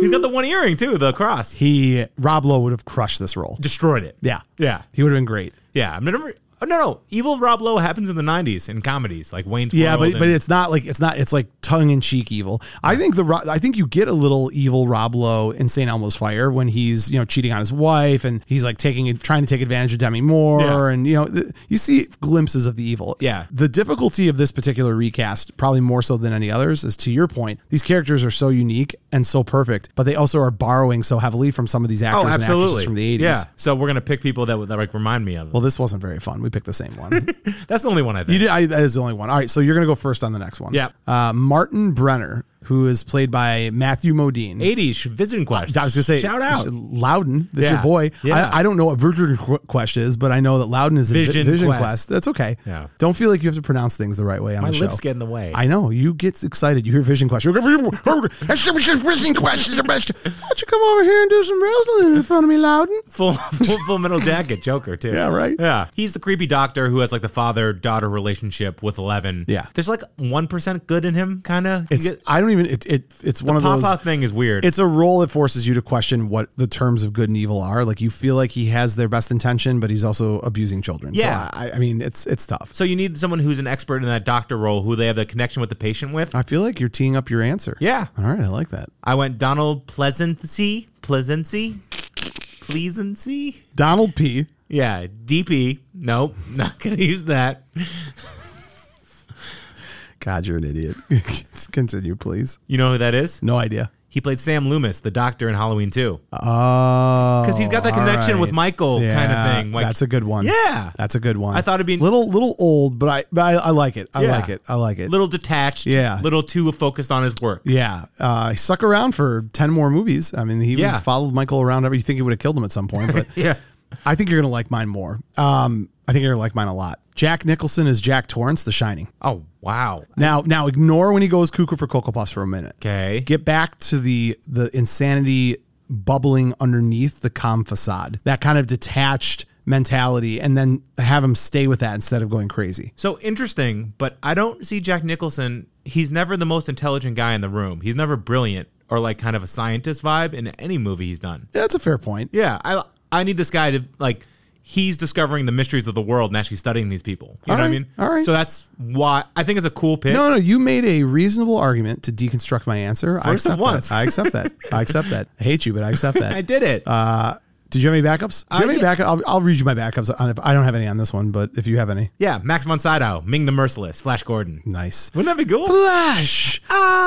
Speaker 3: he's got the one earring too, the cross. He
Speaker 2: he Rob Lowe would have crushed this role.
Speaker 3: destroyed it.
Speaker 2: Yeah,
Speaker 3: yeah,
Speaker 2: he would have been great.
Speaker 3: yeah. I've never Oh, no, no. Evil Rob Lowe happens in the 90s in comedies like Wayne's
Speaker 2: Yeah,
Speaker 3: World.
Speaker 2: but but
Speaker 3: and-
Speaker 2: it's not like it's not it's like tongue in cheek evil. I think the Ro- I think you get a little evil Rob Lowe in St. Elmo's Fire when he's you know cheating on his wife and he's like taking trying to take advantage of Demi Moore
Speaker 3: Yeah.
Speaker 2: and you know th- you see glimpses of the evil.
Speaker 3: Yeah.
Speaker 2: The difficulty of this particular recast, probably more so than any others, is to your point. These characters are so unique and so perfect, but they also are borrowing so heavily from some of these actors
Speaker 3: oh,
Speaker 2: and actresses
Speaker 3: absolutely.
Speaker 2: from the 80s.
Speaker 3: Yeah. So we're going to pick people that, would- that like remind me of them.
Speaker 2: Well, this wasn't very fun. We picked the same one.
Speaker 3: That's the only one I think.
Speaker 2: You did, I, that is the only one. All right, so you're gonna go first on the next one.
Speaker 3: Yeah.
Speaker 2: Uh, Martin Brenner, who is played by Matthew Modine.
Speaker 3: 80s Visiting Quest.
Speaker 2: I was gonna say
Speaker 3: Shout out.
Speaker 2: Loudon. That's
Speaker 3: Yeah.
Speaker 2: your boy.
Speaker 3: Yeah.
Speaker 2: I, I don't know what Virgin Qu- Quest is, but I know that Loudon is in Vi-
Speaker 3: Vision
Speaker 2: Vision Quest.
Speaker 3: Quest.
Speaker 2: That's okay.
Speaker 3: Yeah.
Speaker 2: Don't feel like you have to pronounce things the right way on
Speaker 3: My
Speaker 2: the show.
Speaker 3: lips get in the way.
Speaker 2: I know you get excited. You hear Vision Quest. You're like, "That's just Vision Quest is the best. Why don't you come over here and do some wrestling in front of me, Loudon?
Speaker 3: full, full full metal jacket Joker too.
Speaker 2: Yeah, right?
Speaker 3: Yeah. He's the creepy doctor who has like the father daughter relationship with Eleven.
Speaker 2: Yeah.
Speaker 3: There's like one percent good in him, kinda. You
Speaker 2: It's
Speaker 3: get-
Speaker 2: I don't even. It, it it's one of those.
Speaker 3: Papa thing is weird.
Speaker 2: it's a role that forces you to question what the terms of good and evil are. Like you feel like he has their best intention, but he's also abusing children.
Speaker 3: Yeah.
Speaker 2: so I, I mean it's it's tough.
Speaker 3: so you need someone who's an expert in that doctor role who they have the connection with the patient with.
Speaker 2: I feel like you're teeing up your answer.
Speaker 3: Yeah.
Speaker 2: All right, I like that.
Speaker 3: I went Donald Pleasancy. Pleasancy? Pleasancy?
Speaker 2: Donald P.
Speaker 3: Yeah. DP. Nope. Not gonna use that.
Speaker 2: God, you're an idiot. Continue, please.
Speaker 3: You know who that is?
Speaker 2: No idea.
Speaker 3: He played Sam Loomis, the doctor in Halloween
Speaker 2: Oh,
Speaker 3: 2. Because he's got that
Speaker 2: all
Speaker 3: connection with
Speaker 2: right.
Speaker 3: Michael kind of thing. Like,
Speaker 2: that's a good one.
Speaker 3: Yeah.
Speaker 2: that's a good one.
Speaker 3: I thought it'd be-
Speaker 2: little little old, but I but I, I like it. I
Speaker 3: Yeah.
Speaker 2: like it. I like it.
Speaker 3: little detached,
Speaker 2: Yeah.
Speaker 3: little too focused on his work.
Speaker 2: Yeah, uh, suck around for ten more movies. I mean, he
Speaker 3: Yeah.
Speaker 2: was followed Michael around. Every you think he would have killed him at some point, but
Speaker 3: Yeah.
Speaker 2: I think you're gonna like mine more. Um, I think you're gonna like mine a lot. Jack Nicholson is Jack Torrance, The Shining.
Speaker 3: Oh wow.
Speaker 2: Now, now ignore when he goes cuckoo for cocoa puffs for a minute.
Speaker 3: Okay.
Speaker 2: Get back to the the insanity bubbling underneath the calm facade. That kind of detached mentality, and then have him stay with that instead of going crazy.
Speaker 3: so interesting, but I don't see Jack Nicholson. He's never the most intelligent guy in the room. He's never brilliant or like kind of a scientist vibe in any movie he's done.
Speaker 2: That's a fair point.
Speaker 3: Yeah, I I need this guy to like he's discovering the mysteries of the world and actually studying these people. You know what I
Speaker 2: Alright,
Speaker 3: mean?
Speaker 2: alright.
Speaker 3: So that's why I think it's a cool pick.
Speaker 2: No, no, you made a reasonable argument to deconstruct my answer. I
Speaker 3: First of
Speaker 2: accept
Speaker 3: once.
Speaker 2: that. I accept that. I accept that. I hate you, but I accept that.
Speaker 3: I did it.
Speaker 2: Uh, Did you have any backups? Do you have any
Speaker 3: I did-
Speaker 2: backup? I'll, I'll read you my backups. I don't- I don't have any on this one, but if you have any,
Speaker 3: yeah, Max von Sydow, Ming the Merciless, Flash Gordon.
Speaker 2: nice.
Speaker 3: Wouldn't that be cool?
Speaker 2: Flash.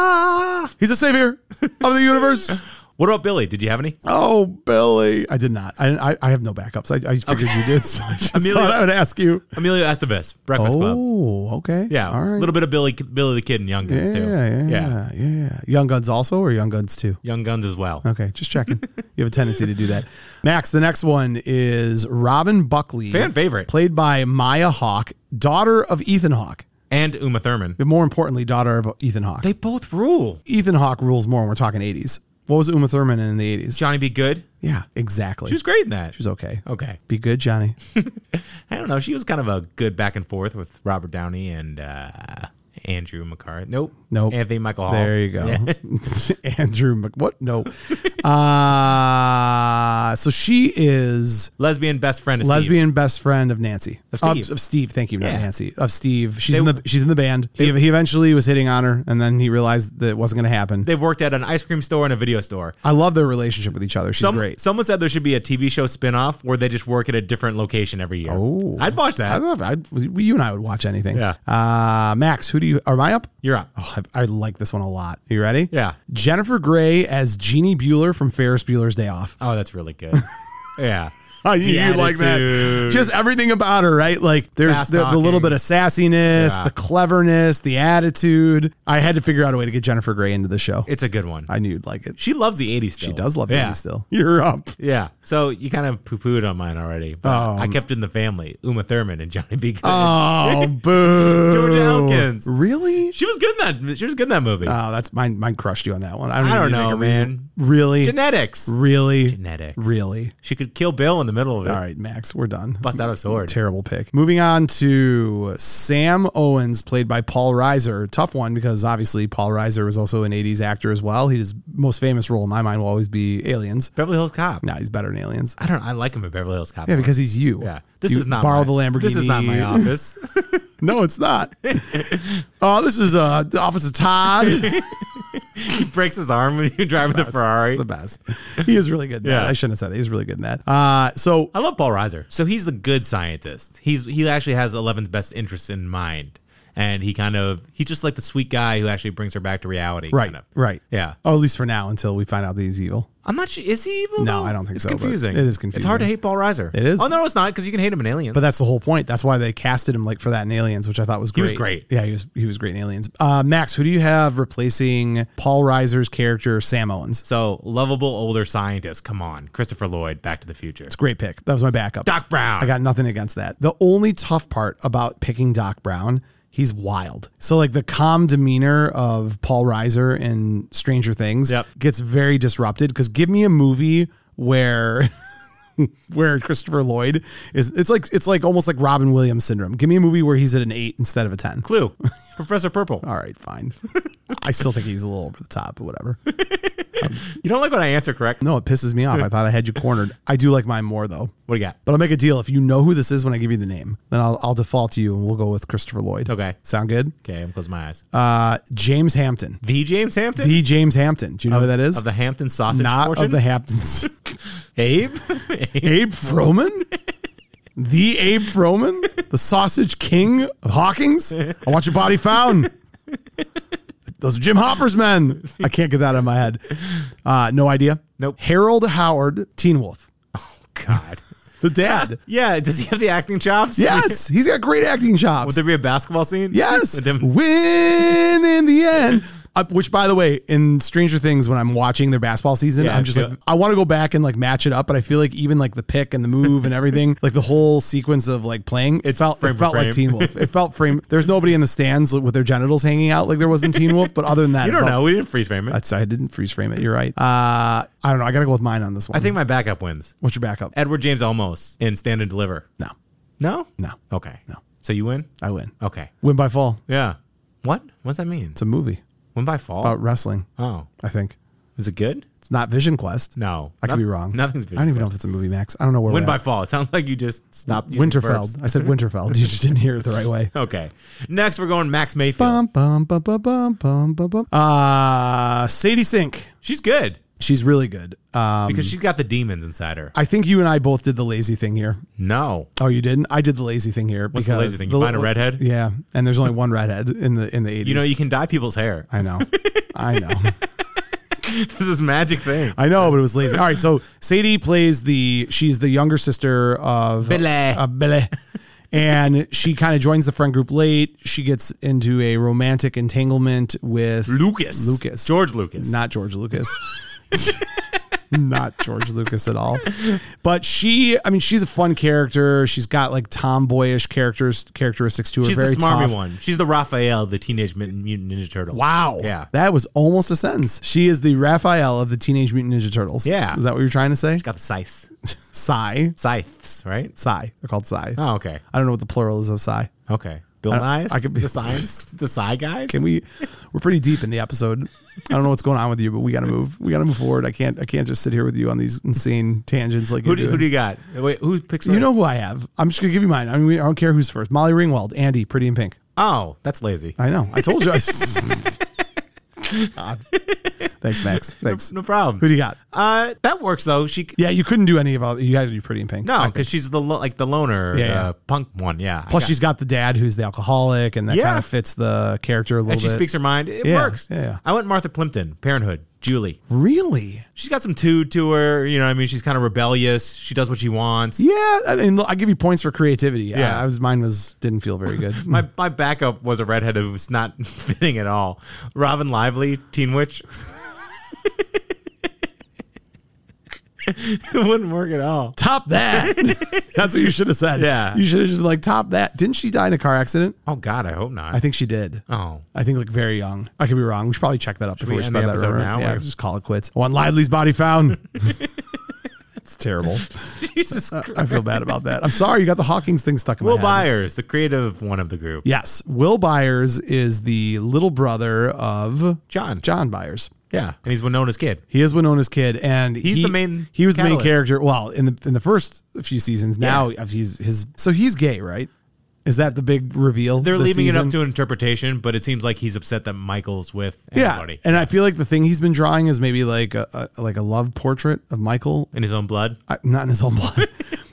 Speaker 3: Ah!
Speaker 2: He's a savior of the universe.
Speaker 3: What about Billy? Did you have any?
Speaker 2: Oh, Billy. I did not. I I, I have no backups. I, I figured you did. So I just
Speaker 3: Amelia-
Speaker 2: thought I would ask you.
Speaker 3: Emilio Estevez, Breakfast Club.
Speaker 2: Oh, okay.
Speaker 3: Yeah,
Speaker 2: All right.
Speaker 3: a little bit of Billy Billy the Kid and Young Guns
Speaker 2: yeah,
Speaker 3: too.
Speaker 2: yeah, yeah, yeah. Young Guns also, or Young Guns too.
Speaker 3: Young Guns as well.
Speaker 2: Okay, just checking. you have a tendency to do that. Max, the next one is Robin Buckley.
Speaker 3: Fan favorite.
Speaker 2: Played by Maya Hawke, daughter of Ethan Hawke.
Speaker 3: And Uma Thurman.
Speaker 2: But more importantly, daughter of Ethan Hawke.
Speaker 3: They both rule.
Speaker 2: Ethan Hawke rules more when we're talking 80s. What was Uma Thurman in the 80s?
Speaker 3: Johnny B. Good.
Speaker 2: Yeah, exactly.
Speaker 3: She was great in that.
Speaker 2: She was okay.
Speaker 3: okay.
Speaker 2: Be good, Johnny.
Speaker 3: I don't know. She was kind of a good back and forth with Robert Downey and uh, Andrew McCart. Nope.
Speaker 2: Nope.
Speaker 3: Anthony Michael Hall.
Speaker 2: There you go. Andrew Mc- what? No. Uh so she is
Speaker 3: Lesbian best friend. Of Steve.
Speaker 2: lesbian best friend of Nancy.
Speaker 3: Of Steve.
Speaker 2: Of, Steve. Thank you, not
Speaker 3: Yeah.
Speaker 2: Nancy. Of Steve. She's
Speaker 3: They-
Speaker 2: in the she's in the band. he, he eventually was hitting on her, and then he realized that it wasn't going to happen.
Speaker 3: They've worked at an ice cream store and a video store.
Speaker 2: I love their relationship with each other. She's
Speaker 3: Some,
Speaker 2: great.
Speaker 3: Someone said there should be a TV show spinoff where they just work at a different location every year.
Speaker 2: Oh.
Speaker 3: I'd watch
Speaker 2: I
Speaker 3: that.
Speaker 2: love. I, you and I would watch anything.
Speaker 3: Yeah.
Speaker 2: Uh, Max, who do you? Am I up?
Speaker 3: You're up.
Speaker 2: Oh, I, I like this one a lot. You ready?
Speaker 3: Yeah.
Speaker 2: Jennifer Grey as Jeannie Bueller from Ferris Bueller's Day Off.
Speaker 3: Oh, that's really good. yeah.
Speaker 2: Oh, you,
Speaker 3: The
Speaker 2: you like that?
Speaker 3: attitude.
Speaker 2: Just everything about her, right? Like there's
Speaker 3: Fast
Speaker 2: the, the little
Speaker 3: talking.
Speaker 2: bit of sassiness,
Speaker 3: Yeah.
Speaker 2: the cleverness, the attitude. I had to figure out a way to get Jennifer Grey into the show.
Speaker 3: It's a good one.
Speaker 2: I knew you'd like it.
Speaker 3: She loves the 80s still.
Speaker 2: She does love
Speaker 3: yeah.
Speaker 2: Andy still. You're up.
Speaker 3: Yeah. So you kind of poo pooed on mine already. But I
Speaker 2: Um,
Speaker 3: kept it in the family Uma Thurman and Johnny B. Good.
Speaker 2: Oh, boo.
Speaker 3: Georgia Elkins.
Speaker 2: Really?
Speaker 3: she was good in that. She was good in that movie.
Speaker 2: Oh, that's mine. Mine crushed you on that one. I don't,
Speaker 3: I
Speaker 2: even
Speaker 3: don't
Speaker 2: need to
Speaker 3: know,
Speaker 2: make a reason.
Speaker 3: man.
Speaker 2: Really?
Speaker 3: Genetics.
Speaker 2: Really?
Speaker 3: Genetics.
Speaker 2: Really?
Speaker 3: She could kill Bill in the middle of it.
Speaker 2: All right, Max, we're done.
Speaker 3: Bust out a sword.
Speaker 2: Terrible pick. Moving on to Sam Owens, played by Paul Reiser. Tough one because obviously Paul Reiser was also an 80s actor as well. His most famous role in my mind will always be Aliens.
Speaker 3: Beverly Hills Cop.
Speaker 2: Nah, he's better than Aliens.
Speaker 3: I don't. I like him in Beverly Hills Cop.
Speaker 2: Yeah, because he's you.
Speaker 3: yeah. This
Speaker 2: You
Speaker 3: is not
Speaker 2: borrow
Speaker 3: my-
Speaker 2: the Lamborghini.
Speaker 3: This is not my office.
Speaker 2: no, it's not. Oh, this is uh, the Office of Todd.
Speaker 3: he breaks his arm when you're driving the Ferrari.
Speaker 2: the best. He is really good. In that.
Speaker 3: Yeah.
Speaker 2: I shouldn't have said that. He's really good in that. Uh, so
Speaker 3: I love Paul Reiser. So he's the good scientist. He's he actually has Eleven's best interests in mind, and he kind of he's just like the sweet guy who actually brings her back to reality.
Speaker 2: right,
Speaker 3: Kind of.
Speaker 2: right.
Speaker 3: Yeah.
Speaker 2: Oh, at least for now, until we find out that he's evil.
Speaker 3: I'm not sure. Is he evil?
Speaker 2: No,
Speaker 3: though?
Speaker 2: I don't think
Speaker 3: it's
Speaker 2: so, but
Speaker 3: Confusing.
Speaker 2: it is
Speaker 3: It's hard
Speaker 2: confusing.
Speaker 3: to hate Paul Reiser.
Speaker 2: It is.
Speaker 3: Oh no, it's not because you can hate him in Aliens.
Speaker 2: But that's the whole point. That's why they casted him like for that in Aliens, which I thought was great.
Speaker 3: was great.
Speaker 2: Yeah, he was he was great in Aliens. Uh, Max, who do you have replacing Paul Reiser's character Sam Owens?
Speaker 3: so lovable older scientist. Come on, Christopher Lloyd, Back to the Future.
Speaker 2: It's a great pick. That was my backup.
Speaker 3: Doc Brown.
Speaker 2: I got nothing against that. The only tough part about picking Doc Brown, he's wild. So like the calm demeanor of Paul Reiser in Stranger Things
Speaker 3: Yep.
Speaker 2: gets very disrupted because give me a movie where where Christopher Lloyd is it's like it's like almost like Robin Williams syndrome. Give me a movie where he's at an 8 instead of a 10.
Speaker 3: Clue. Professor Purple.
Speaker 2: All right, fine. I still think he's a little over the top, but whatever.
Speaker 3: You don't like when I answer correct.
Speaker 2: No, it pisses me off. I thought I had you cornered. I do like mine more though.
Speaker 3: What do you got?
Speaker 2: But I'll make a deal. If you know who this is when I give you the name, then I'll, I'll default to you and we'll go with Christopher Lloyd.
Speaker 3: Okay.
Speaker 2: Sound good?
Speaker 3: Okay, I'm closing my eyes.
Speaker 2: Uh, James Hampton.
Speaker 3: the James Hampton.
Speaker 2: The James Hampton. Do you know who that is?
Speaker 3: of the Hampton sausage
Speaker 2: Not
Speaker 3: fortune.
Speaker 2: of the Hamptons.
Speaker 3: Abe.
Speaker 2: Abe Froman? The Abe Froman? The sausage king of Hawkins? I want your body found. Those are Jim Hopper's men. I can't get that out of my head. Uh, no idea.
Speaker 3: Nope. Oh,
Speaker 2: Harold Howard, Teen Wolf.
Speaker 3: God.
Speaker 2: The dad.
Speaker 3: Yeah, does he have the acting chops?
Speaker 2: yes, he's got great acting chops.
Speaker 3: Would there be a basketball scene?
Speaker 2: Yes.
Speaker 3: With him-
Speaker 2: Win in the end. Uh, which, by the way, in Stranger Things, when I'm watching their basketball season,
Speaker 3: Yeah,
Speaker 2: I'm just
Speaker 3: yeah.
Speaker 2: like, I want to go back and like match it up, but I feel like even like the pick and the move and everything, like the whole sequence of like playing, it felt
Speaker 3: frame
Speaker 2: it
Speaker 3: for
Speaker 2: felt like
Speaker 3: frame.
Speaker 2: Teen Wolf. It felt frame. There's nobody in the stands with their genitals hanging out like there was in Teen Wolf, but other than that, it
Speaker 3: You don't
Speaker 2: felt-
Speaker 3: know. We didn't freeze frame it.
Speaker 2: That's, I didn't freeze frame it. You're right. Uh, I don't know. I gotta go with mine on this one.
Speaker 3: I think my backup wins.
Speaker 2: What's your backup?
Speaker 3: Edward James Olmos in Stand and Deliver.
Speaker 2: No,
Speaker 3: No?
Speaker 2: no,
Speaker 3: Okay. No. So you win?
Speaker 2: I win.
Speaker 3: Okay.
Speaker 2: Win by fall.
Speaker 3: Yeah. What? What's that mean?
Speaker 2: It's a movie
Speaker 3: Win by fall?
Speaker 2: about wrestling.
Speaker 3: oh.
Speaker 2: I think
Speaker 3: Is it good?
Speaker 2: it's not Vision Quest.
Speaker 3: No.
Speaker 2: I could be
Speaker 3: Noth-
Speaker 2: wrong.
Speaker 3: Nothing's
Speaker 2: I don't
Speaker 3: been.
Speaker 2: even know if it's a movie, Max. I don't know where
Speaker 3: Win
Speaker 2: we're
Speaker 3: by
Speaker 2: at.
Speaker 3: fall. It sounds like you just stopped using verbs.
Speaker 2: Winterfeld. I said Winterfeld. You just didn't hear it the right way.
Speaker 3: Okay. Next, we're going Max Mayfield.
Speaker 2: Bum, bum, bum, bum, bum, bum, bum, bum. Uh, Sadie Sink.
Speaker 3: She's good
Speaker 2: She's really good. Um,
Speaker 3: because she's got the demons inside her.
Speaker 2: I think you and I both did the lazy thing here.
Speaker 3: No.
Speaker 2: Oh, you didn't? I did the lazy thing here.
Speaker 3: What's the lazy thing? You find a redhead?
Speaker 2: Yeah, and there's only one redhead in the in the 80s.
Speaker 3: You know, you can dye people's hair.
Speaker 2: I know. I know.
Speaker 3: this is magic thing.
Speaker 2: I know, but it was lazy. All right, so Sadie plays the she's the younger sister of
Speaker 3: Billy.
Speaker 2: of Billy. And she kind of joins the friend group late. She gets into a romantic entanglement with
Speaker 3: Lucas.
Speaker 2: Lucas.
Speaker 3: George Lucas.
Speaker 2: not George Lucas. not George Lucas at all. But she, I mean, she's a fun character. She's got like tomboyish characters characteristics to her.
Speaker 3: She's
Speaker 2: very
Speaker 3: the smarmy
Speaker 2: tough.
Speaker 3: one. She's the Raphael, the Teenage Mutant Mutant Ninja Turtle.
Speaker 2: Wow.
Speaker 3: Yeah.
Speaker 2: That was almost a sentence. She is the Raphael of the Teenage Mutant Ninja Turtles.
Speaker 3: Yeah.
Speaker 2: Is that what you're trying to say?
Speaker 3: Got the scythe.
Speaker 2: Psy.
Speaker 3: Scythes, right?
Speaker 2: Psy. They're called Psy.
Speaker 3: Oh, okay.
Speaker 2: I don't know what the plural is of Psy.
Speaker 3: Okay. Bill Nye?
Speaker 2: I could be-
Speaker 3: the science, the Psy guys?
Speaker 2: Can we? We're pretty deep in the episode. I don't know what's going on with you, but we got to move. We got to move forward. I can't. I can't just sit here with you on these insane tangents like
Speaker 3: who,
Speaker 2: you're
Speaker 3: do, who
Speaker 2: doing.
Speaker 3: do you got? Wait, who picks
Speaker 2: you know who I have? I'm just gonna give you mine. I mean, I don't care who's first. Molly Ringwald, Andy, Pretty in Pink.
Speaker 3: Oh, that's lazy.
Speaker 2: I know. I told you. I s- God. Thanks, Max. Thanks.
Speaker 3: No problem.
Speaker 2: Who do you got?
Speaker 3: uh, that works though. She
Speaker 2: Yeah, you couldn't do any of all. You had to do Pretty in Pink.
Speaker 3: no, because she's the lo- like the loner,
Speaker 2: Yeah,
Speaker 3: uh,
Speaker 2: yeah.
Speaker 3: punk one. Yeah. I
Speaker 2: Plus,
Speaker 3: got-
Speaker 2: she's got the dad who's the alcoholic, and that
Speaker 3: Yeah.
Speaker 2: kind of fits the character a little
Speaker 3: and she
Speaker 2: bit.
Speaker 3: speaks her mind. It
Speaker 2: Yeah,
Speaker 3: works.
Speaker 2: yeah, yeah.
Speaker 3: I went Martha Plimpton, Parenthood, Julie.
Speaker 2: really?
Speaker 3: She's got some tude to her. You know, what I mean, she's kind of rebellious. She does what she wants.
Speaker 2: Yeah, I mean, look, I give you points for creativity. Yeah,
Speaker 3: Yeah.
Speaker 2: I, was mine was didn't feel very good.
Speaker 3: My my backup was a redhead who was not fitting at all. Robin Lively, Teen Witch. it wouldn't work at all.
Speaker 2: top that. That's what you should have said.
Speaker 3: Yeah.
Speaker 2: you should have just been like top that. Didn't she die in a car accident?
Speaker 3: Oh God, I hope not.
Speaker 2: I think she did.
Speaker 3: oh,
Speaker 2: I think like very young. I could be wrong. We should probably check that up before
Speaker 3: we
Speaker 2: we,
Speaker 3: end
Speaker 2: spread
Speaker 3: the
Speaker 2: that
Speaker 3: episode
Speaker 2: rumor.
Speaker 3: now,
Speaker 2: Yeah,
Speaker 3: or-
Speaker 2: just call it quits. I want Lively's body found.
Speaker 4: It's terrible.
Speaker 3: Jesus Christ.
Speaker 2: Uh, I feel bad about that. I'm sorry you got the Hawkins thing stuck in my
Speaker 3: Will
Speaker 2: head.
Speaker 3: Byers, the creative one of the group.
Speaker 2: Yes, Will Byers is the little brother of
Speaker 3: John.
Speaker 2: John Byers.
Speaker 3: Yeah. And he's Winona's kid.
Speaker 2: He is Winona's kid, and he's
Speaker 3: the main
Speaker 2: He was the main
Speaker 3: catalyst.
Speaker 2: character. Well, in the in the first few seasons, now uh, he's his. So he's gay, right? Is that the big reveal?
Speaker 3: They're
Speaker 2: this
Speaker 3: leaving it
Speaker 2: season?
Speaker 3: up to interpretation, but it seems like he's upset that Michael's with
Speaker 2: yeah.
Speaker 3: anybody
Speaker 2: And I feel like the thing he's been drawing is maybe like a, a like a love portrait of Michael,
Speaker 3: in his own blood.
Speaker 2: I, not in his own blood.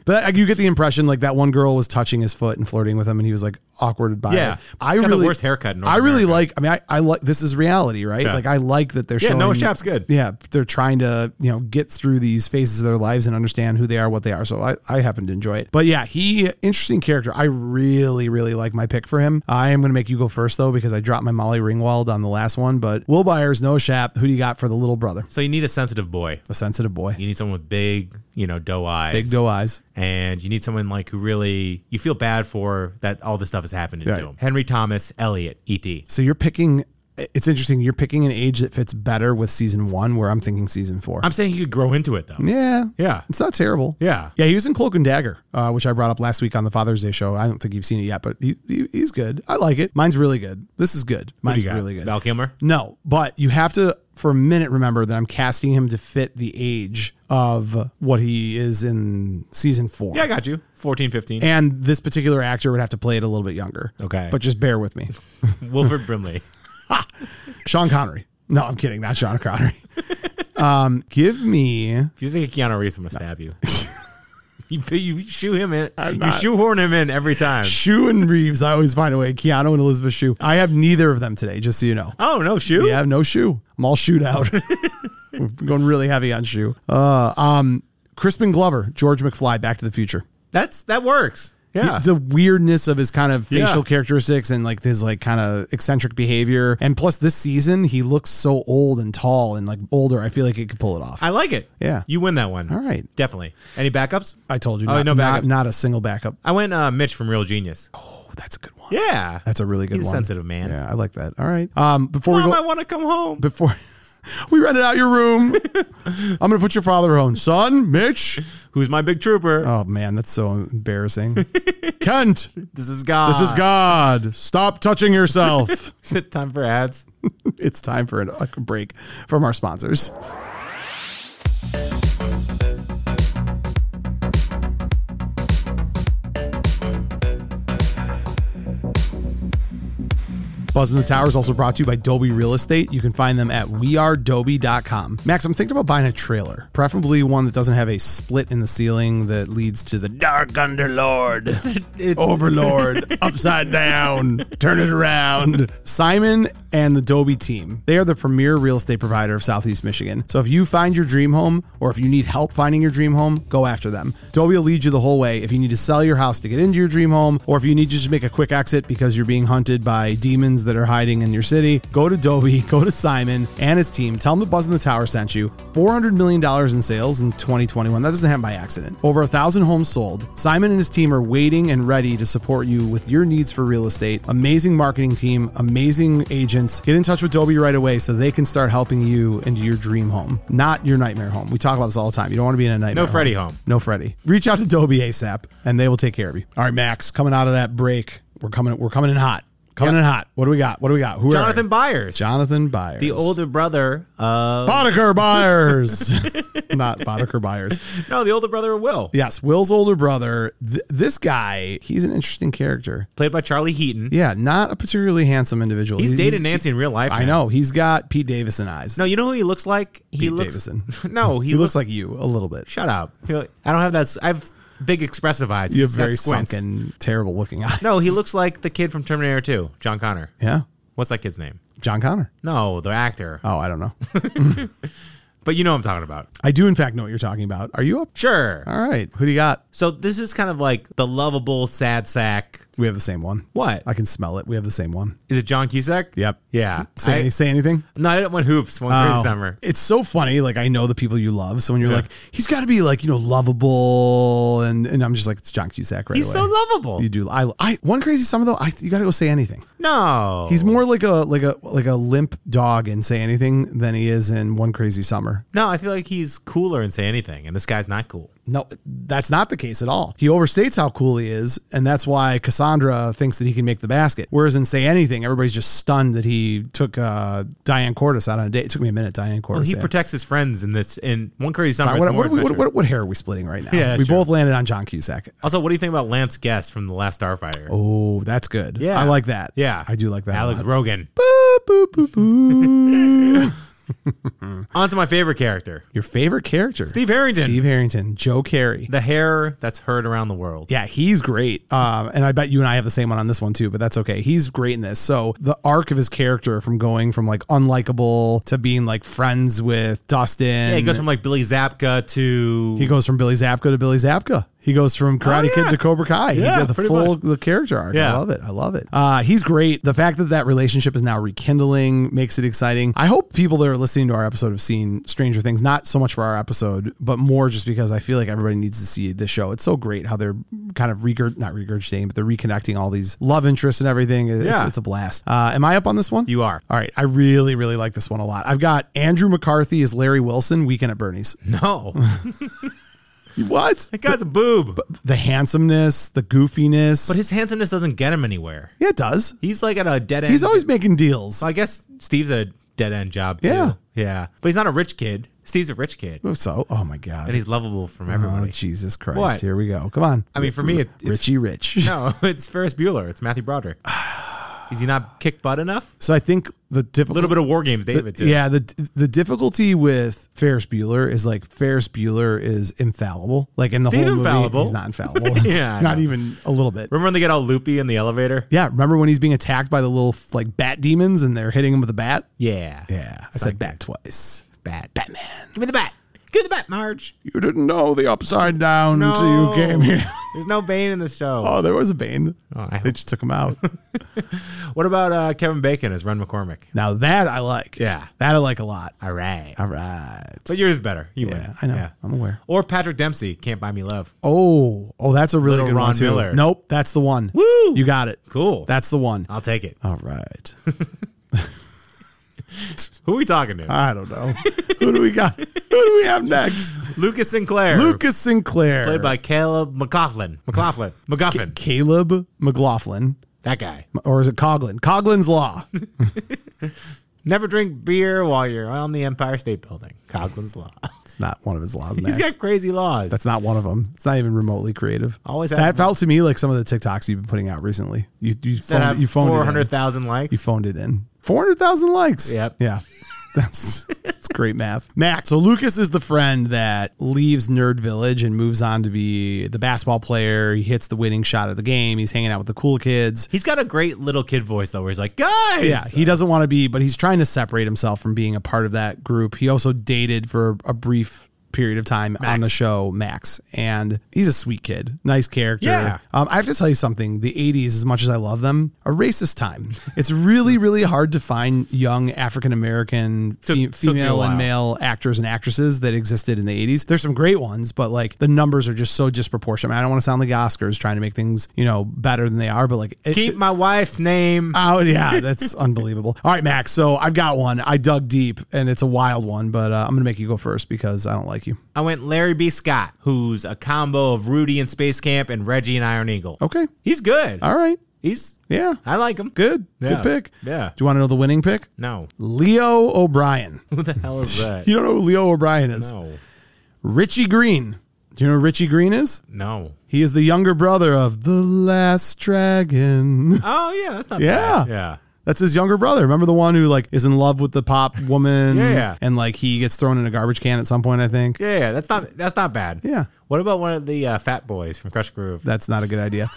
Speaker 2: But like, you get the impression like that one girl was touching his foot and flirting with him, and he was like awkwarded by
Speaker 3: Yeah.
Speaker 2: it. I
Speaker 3: He's got the
Speaker 2: really
Speaker 3: worst haircut in North
Speaker 2: I really
Speaker 3: America.
Speaker 2: like. I mean, I, I like this is reality, right?
Speaker 3: Yeah.
Speaker 2: Like I like that they're
Speaker 3: Yeah,
Speaker 2: showing.
Speaker 3: Noah Schapp's good.
Speaker 2: Yeah, they're trying to you know get through these phases of their lives and understand who they are, what they are. So I I happen to enjoy it. But yeah, he interesting character. I really really like my pick for him. I am going to make you go first though because I dropped my Molly Ringwald on the last one. But Will Byers, Noah Schapp, who do you got for the little brother?
Speaker 3: So you need a sensitive boy.
Speaker 2: A sensitive boy,
Speaker 3: You need someone with big, you know, doe eyes.
Speaker 2: big doe eyes.
Speaker 3: and you need someone like who really you feel bad for that all this stuff is happening
Speaker 2: Right.
Speaker 3: to him. Henry Thomas, E Elliot, E.T.
Speaker 2: So you're picking. It's interesting. You're picking an age that fits better with season one, where I'm thinking season 4
Speaker 3: I'm saying he could grow into it though.
Speaker 2: yeah,
Speaker 3: Yeah.
Speaker 2: it's not terrible.
Speaker 3: Yeah.
Speaker 2: yeah. He was in Cloak and Dagger, uh, which I brought up last week on the Father's Day show. I don't think you've seen it yet, but he, he, he's good. I like it. Mine's really good. This is good. Mine's
Speaker 3: You got
Speaker 2: really good.
Speaker 3: Val Kilmer.
Speaker 2: No, but you have to, for a minute, remember that I'm casting him to fit the age of what he is in season four.
Speaker 3: Yeah, I got you. 14, 15.
Speaker 2: And this particular actor would have to play it a little bit younger.
Speaker 3: Okay.
Speaker 2: But just bear with me.
Speaker 3: Wilfred Brimley.
Speaker 2: Sean Connery. No, I'm kidding. Not Sean Connery. um, give me.
Speaker 3: If you think of Keanu Reeves, I'm gonna stab you. you. You shoe him in. you shoehorn him in every time.
Speaker 2: Shu and Reeves, I always find a way. Keanu and Elizabeth Shue. I have neither of them today, just so you know.
Speaker 3: Oh no, shoe.
Speaker 2: Yeah, I have no shoe. I'm all shoot out. We're going really heavy on shoe. Uh, um, Crispin Glover, George McFly, Back to the Future.
Speaker 3: That's that works. Yeah.
Speaker 2: The weirdness of his kind of facial
Speaker 3: Yeah.
Speaker 2: characteristics and like his like kind of eccentric behavior. And plus this season, he looks so old and tall and like older. I feel like he could pull it off.
Speaker 3: I like it.
Speaker 2: Yeah.
Speaker 3: You win that one.
Speaker 2: all right.
Speaker 3: Definitely. Any backups?
Speaker 2: I told you.
Speaker 3: Oh,
Speaker 2: Not,
Speaker 3: no
Speaker 2: not,
Speaker 3: backup.
Speaker 2: not a single backup.
Speaker 3: I went uh, Mitch from Real Genius.
Speaker 2: Oh, that's a good one.
Speaker 3: Yeah.
Speaker 2: That's a really good
Speaker 3: He's a
Speaker 2: one.
Speaker 3: sensitive man.
Speaker 2: Yeah, I like that. All right. Um, before
Speaker 3: Mom,
Speaker 2: we
Speaker 3: I
Speaker 2: go,
Speaker 3: want to come home.
Speaker 2: before we rented out your room, I'm gonna put your father on, son, Mitch.
Speaker 3: Who's my big trooper?
Speaker 2: Oh man, that's so embarrassing. Kent,
Speaker 3: This is God.
Speaker 2: this is God. Stop touching yourself.
Speaker 3: Is it time for ads?
Speaker 2: it's time for an- a break from our sponsors. Buzz in the Tower is also brought to you by Dolby Real Estate. You can find them at wearedoby.com. Max, I'm thinking about buying a trailer, preferably one that doesn't have a split in the ceiling that leads to the dark underlord, overlord, upside down, turn it around. Simon and the Dolby team, they are the premier real estate provider of Southeast Michigan. So if you find your dream home or if you need help finding your dream home, go after them. Dolby will lead you the whole way. If you need to sell your house to get into your dream home, or if you need to just make a quick exit because you're being hunted by demons that are hiding in your city, go to Dolby, go to Simon and his team. Tell them the Buzz in the Tower sent you. $400 million in sales in 2021. That doesn't happen by accident. Over a thousand homes sold. Simon and his team are waiting and ready to support you with your needs for real estate. Amazing marketing team, amazing agents. Get in touch with Dolby right away so they can start helping you into your dream home, not your nightmare home. We talk about this all the time. You don't want to be in a nightmare.
Speaker 3: Oh, No Freddy home.
Speaker 2: No Freddy. Reach out to Dolby ASAP and they will take care of you. All right, Max, coming out of that break, we're coming we're coming in hot. Coming in hot. What do we got? What do we got? Who
Speaker 3: Jonathan
Speaker 2: are
Speaker 3: Byers,
Speaker 2: Jonathan Byers.
Speaker 3: the older brother uh, of
Speaker 2: Boddicker Byers. Not Boddicker Byers.
Speaker 3: no, the older brother of Will,
Speaker 2: Yes, Will's older brother. Th- this guy, he's an interesting character.
Speaker 3: played by Charlie Heaton.
Speaker 2: Yeah, not a particularly handsome individual.
Speaker 3: He's dated Nancy in real life.
Speaker 2: I
Speaker 3: now.
Speaker 2: know. He's got Pete Davison eyes.
Speaker 3: No, you know who he looks like? He
Speaker 2: Pete
Speaker 3: looks.
Speaker 2: Davidson.
Speaker 3: No, he,
Speaker 2: he
Speaker 3: looks.
Speaker 2: looks like you a little bit.
Speaker 3: Shut up. He- I don't have that. s- I have big expressive eyes.
Speaker 2: You have
Speaker 3: He's got
Speaker 2: very
Speaker 3: squints.
Speaker 2: sunken, terrible looking eyes.
Speaker 3: No, he looks like the kid from Terminator 2, John Connor.
Speaker 2: Yeah.
Speaker 3: What's that kid's name?
Speaker 2: John Connor.
Speaker 3: No, the actor.
Speaker 2: Oh, I don't know.
Speaker 3: But you know what I'm talking about.
Speaker 2: I do, in fact, know what you're talking about. Are you up?
Speaker 3: Sure.
Speaker 2: All right. Who do you got?
Speaker 3: So this is kind of like the lovable sad sack
Speaker 2: We have the same one.
Speaker 3: What?
Speaker 2: I can smell it. We have the same one.
Speaker 3: Is it John Cusack?
Speaker 2: Yep.
Speaker 3: Yeah.
Speaker 2: Say,
Speaker 3: I-
Speaker 2: say anything?
Speaker 3: no, I didn't want hoops one
Speaker 2: Oh.
Speaker 3: crazy summer.
Speaker 2: It's so funny. Like I know the people you love. So when you're like, he's got to be like you know lovable, and and I'm just like it's John Cusack right
Speaker 3: He's
Speaker 2: away.
Speaker 3: so lovable.
Speaker 2: You do. I, I one crazy summer though. I you got to go say anything.
Speaker 3: no.
Speaker 2: He's more like a like a like a limp dog in say anything than he is in one crazy summer.
Speaker 3: no, I feel like he's cooler and say anything, and this guy's not cool.
Speaker 2: No, that's not the case at all. He overstates how cool he is, and that's why Cassandra thinks that he can make the basket. Whereas in Say Anything, everybody's just stunned that he took uh, Diane Cordes out on a date. It took me a minute, Diane Cordes.
Speaker 3: Well, Oh, he
Speaker 2: yeah.
Speaker 3: protects his friends in this in one crazy summer.
Speaker 2: Fine,
Speaker 3: it's
Speaker 2: what,
Speaker 3: more
Speaker 2: what, what,
Speaker 3: adventurous.
Speaker 2: what, what hair are we splitting right now?
Speaker 3: Yeah, that's
Speaker 2: we
Speaker 3: true.
Speaker 2: both landed on John Cusack.
Speaker 3: also, what do you think about Lance Guest from The Last Starfighter?
Speaker 2: Oh, that's good.
Speaker 3: Yeah.
Speaker 2: I like that.
Speaker 3: Yeah.
Speaker 2: I do like that. a
Speaker 3: Alex
Speaker 2: lot.
Speaker 3: Rogan.
Speaker 2: Boop, boop, boop, boop.
Speaker 3: On to my favorite character,
Speaker 2: Your favorite character,
Speaker 3: Steve Harrington.
Speaker 2: Steve Harrington, Joe Carey.
Speaker 3: the hair that's heard around the world.
Speaker 2: Yeah, he's great. Um, and I bet you and I have the same one on this one too, but that's okay. He's great in this. So the arc of his character from going from like unlikable to being like friends with Dustin.
Speaker 3: Yeah, he goes from like Billy Zapka to
Speaker 2: he goes from Billy Zapka to Billy Zapka. He goes from Karate
Speaker 3: Oh, yeah.
Speaker 2: Kid to Cobra Kai.
Speaker 3: Yeah,
Speaker 2: he did the
Speaker 3: pretty
Speaker 2: full
Speaker 3: much.
Speaker 2: the character arc. I
Speaker 3: Yeah.
Speaker 2: love it. I love it. Uh, he's great. The fact that that relationship is now rekindling makes it exciting. I hope people that are listening to our episode have seen Stranger Things, not so much for our episode, but more just because I feel like everybody needs to see this show. It's so great how they're kind of regurg not regurgitating, but they're reconnecting all these love interests and everything. It's,
Speaker 3: Yeah.
Speaker 2: it's a blast. Uh, am I up on this one?
Speaker 3: you are.
Speaker 2: All right, I really, really like this one a lot. I've got Andrew McCarthy as Larry Wilson, Weekend at Bernie's.
Speaker 3: No,
Speaker 2: What?
Speaker 3: that guy's a boob. But,
Speaker 2: the handsomeness, the goofiness.
Speaker 3: his handsomeness doesn't get him anywhere.
Speaker 2: yeah, it does.
Speaker 3: He's like at a dead end.
Speaker 2: He's always making deals.
Speaker 3: I guess Steve's a dead end job. Too.
Speaker 2: Yeah.
Speaker 3: yeah. But he's not a rich kid. Steve's a rich kid,
Speaker 2: So, oh my
Speaker 3: and
Speaker 2: God.
Speaker 3: he's lovable from
Speaker 2: Oh,
Speaker 3: everybody.
Speaker 2: Jesus Christ.
Speaker 3: What?
Speaker 2: Here we go. Come on.
Speaker 3: I mean, for me, it, it's
Speaker 2: Richie Rich.
Speaker 3: no, it's Ferris Bueller. It's Matthew Broderick. Is he not kick butt enough?
Speaker 2: So I think the
Speaker 3: A little
Speaker 2: difficult.
Speaker 3: bit of War Games David too.
Speaker 2: Yeah, the the difficulty with Ferris Bueller is like Ferris Bueller is infallible. Like in the
Speaker 3: He's
Speaker 2: whole movie,
Speaker 3: infallible.
Speaker 2: he's not infallible.
Speaker 3: Yeah, I
Speaker 2: not
Speaker 3: know.
Speaker 2: even a little bit.
Speaker 3: Remember when they get all loopy in the elevator?
Speaker 2: Yeah, remember when he's being attacked by the little like bat demons and they're hitting him with a bat?
Speaker 3: Yeah.
Speaker 2: Yeah, I said bat twice.
Speaker 3: Bat.
Speaker 2: Batman.
Speaker 3: Give me the bat. Give me the bat, Marge.
Speaker 2: You didn't know the upside down
Speaker 3: No.
Speaker 2: until you came here.
Speaker 3: There's no Bane in the show.
Speaker 2: Oh, there was a Bane.
Speaker 3: I
Speaker 2: they just took him out. Oh.
Speaker 3: What about uh, Kevin Bacon as Ren McCormick?
Speaker 2: now that I like.
Speaker 3: Yeah.
Speaker 2: That I like a lot.
Speaker 3: All right.
Speaker 2: All right.
Speaker 3: But yours is better. You
Speaker 2: Yeah,
Speaker 3: win.
Speaker 2: I know.
Speaker 3: Yeah.
Speaker 2: I'm aware.
Speaker 3: Or Patrick Dempsey, Can't Buy Me Love.
Speaker 2: Oh, oh, that's a really
Speaker 3: Little
Speaker 2: good one
Speaker 3: Ron
Speaker 2: too.
Speaker 3: Miller.
Speaker 2: Nope, that's the one.
Speaker 3: Woo!
Speaker 2: You got it.
Speaker 3: Cool.
Speaker 2: That's the one.
Speaker 3: I'll take it.
Speaker 2: All right.
Speaker 3: Who are we talking to?
Speaker 2: I don't know. Who do we got? Who do we have next?
Speaker 3: Lucas Sinclair.
Speaker 2: Lucas Sinclair,
Speaker 3: Played by Caleb McLaughlin. McLaughlin. McGuffin.
Speaker 2: Caleb McLaughlin,
Speaker 3: That guy.
Speaker 2: or is it Coglin? Coglin's Law.
Speaker 3: Never drink beer while you're on the Empire State Building. Coglin's Law.
Speaker 2: It's not one of his laws. Max.
Speaker 3: He's got crazy laws.
Speaker 2: That's not one of them. It's not even remotely creative.
Speaker 3: Always
Speaker 2: that
Speaker 3: have-
Speaker 2: felt to me like some of the TikToks you've been putting out recently. You you
Speaker 3: that have
Speaker 2: phoned, you phoned it in.
Speaker 3: 400,000 likes.
Speaker 2: You phoned it in. Four hundred thousand likes.
Speaker 3: Yep.
Speaker 2: Yeah. That's that's great math. Max. So Lucas is the friend that leaves Nerd Village and moves on to be the basketball player. He hits the winning shot of the game. He's hanging out with the cool kids.
Speaker 3: He's got a great little kid voice though, where he's like, "Guys,
Speaker 2: Yeah, he doesn't want to be, but he's trying to separate himself from being a part of that group. He also dated for a brief period of time on the show Max, and he's a sweet kid, nice character.
Speaker 3: Yeah.
Speaker 2: Um, I have to tell you something: the '80s, as much as I love them, a racist time. It's really, really hard to find young African American fe-
Speaker 3: Took- took me a
Speaker 2: female and
Speaker 3: while.
Speaker 2: male actors and actresses that existed in the 80s. There's some great ones, but like the numbers are just so disproportionate. I, mean, I don't want to sound like Oscars trying to make things, you know, better than they are, but like it,
Speaker 3: keep my wife's name."
Speaker 2: Oh yeah, that's unbelievable. All right, Max. So I've got one. I dug deep, and it's a wild one, but uh, I'm gonna make you go first because I don't like you.
Speaker 3: I went Larry B. Scott, who's a combo of Rudy and Space Camp and Reggie and Iron Eagle.
Speaker 2: Okay.
Speaker 3: He's good.
Speaker 2: All right.
Speaker 3: He's
Speaker 2: Oh. Uh, Yeah.
Speaker 3: I like him.
Speaker 2: Good.
Speaker 3: Yeah.
Speaker 2: Good pick.
Speaker 3: Yeah.
Speaker 2: Do you want to know the winning pick?
Speaker 3: No,
Speaker 2: Leo O'Brien.
Speaker 3: who the hell is that?
Speaker 2: You don't know who Leo O'Brien is?
Speaker 3: no,
Speaker 2: Richie Green. Do you know who Richie Green is?
Speaker 3: no.
Speaker 2: He is the younger brother of the Last Dragon.
Speaker 3: Oh yeah, that's not.
Speaker 2: Yeah.
Speaker 3: bad. yeah.
Speaker 2: That's his younger brother. Remember the one who like is in love with the pop woman?
Speaker 3: Yeah, yeah.
Speaker 2: And like he gets thrown in a garbage can at some point, I think.
Speaker 3: Yeah, yeah, that's not that's not bad.
Speaker 2: Yeah.
Speaker 3: What about one of the uh, Fat Boys from Crush Groove?
Speaker 2: That's not a good idea.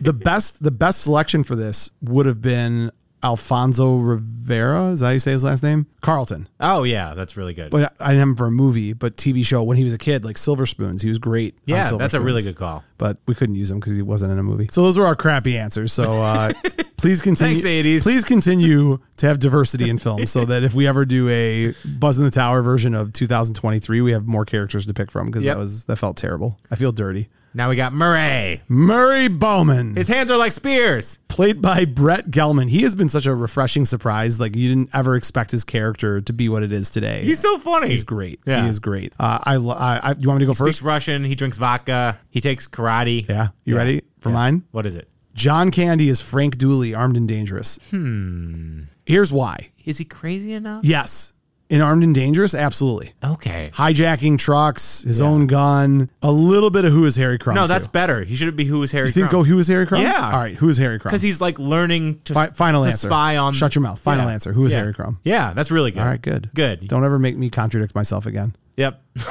Speaker 2: the best the best selection for this would have been Alfonso Rivera. Is that how you say his last name? Carlton.
Speaker 3: Oh yeah, that's really good.
Speaker 2: But I didn't have him for a movie, but TV show when he was a kid, like Silver Spoons. He was great. on
Speaker 3: yeah,
Speaker 2: Silver
Speaker 3: that's a really
Speaker 2: Spoons.
Speaker 3: good call.
Speaker 2: But we couldn't use him because he wasn't in a movie. So those were our crappy answers. So uh, please continue.
Speaker 3: Thanks, 80s.
Speaker 2: Please continue to have diversity in film, so that if we ever do a Buzz in the Tower version of 2023, we have more characters to pick from because
Speaker 3: Yep.
Speaker 2: that was that felt terrible. I feel dirty.
Speaker 3: Now we got Murray.
Speaker 2: Murray Bowman.
Speaker 3: His hands are like spears.
Speaker 2: played by Brett Gelman. He has been such a refreshing surprise. Like you didn't ever expect his character to be what it is today.
Speaker 3: He's so funny.
Speaker 2: He's great.
Speaker 3: Yeah.
Speaker 2: He is great. Uh, I, lo- I, I. You want me to go
Speaker 3: Speaks
Speaker 2: first?
Speaker 3: Russian. He drinks vodka. He takes karate.
Speaker 2: Yeah. You ready for mine?
Speaker 3: What is it?
Speaker 2: John Candy is Frank Dooley, armed and dangerous. Hmm. Here's why.
Speaker 3: Is he crazy enough?
Speaker 2: Yes, in armed and dangerous, absolutely.
Speaker 3: Okay.
Speaker 2: Hijacking trucks, his own gun, a little bit of who is Harry Crumb.
Speaker 3: No, that's
Speaker 2: too.
Speaker 3: better. He should be who is Harry.
Speaker 2: You think go who is Harry Crumb?
Speaker 3: Yeah.
Speaker 2: All right. Who is Harry Crumb?
Speaker 3: because he's like learning to
Speaker 2: Fi- final
Speaker 3: to
Speaker 2: answer.
Speaker 3: spy on.
Speaker 2: Shut your mouth. Final
Speaker 3: Yeah.
Speaker 2: answer. Who is
Speaker 3: Yeah.
Speaker 2: Harry Crumb?
Speaker 3: Yeah, that's really good.
Speaker 2: All right. Good.
Speaker 3: Good.
Speaker 2: Don't ever make me contradict myself again.
Speaker 3: Yep.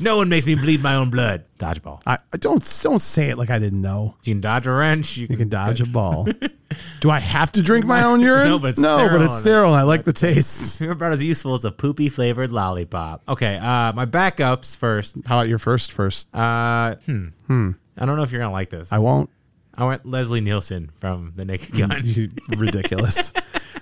Speaker 3: no one makes me bleed my own blood. Dodgeball.
Speaker 2: I, I don't don't say it like I didn't know.
Speaker 3: You can dodge a wrench. You
Speaker 2: You
Speaker 3: can,
Speaker 2: can dodge a ball. Do I have to drink my own urine?
Speaker 3: No, but it's
Speaker 2: no, but
Speaker 3: sterile.
Speaker 2: it's sterile. I like the taste.
Speaker 3: You're about as useful as a poopy flavored lollipop. Okay, uh, my backups first.
Speaker 2: How about your first? First,
Speaker 3: Uh, hmm. I don't know if you're gonna like this.
Speaker 2: I Hmm. won't.
Speaker 3: I went Leslie Nielsen from The Naked Gun.
Speaker 2: You- Ridiculous.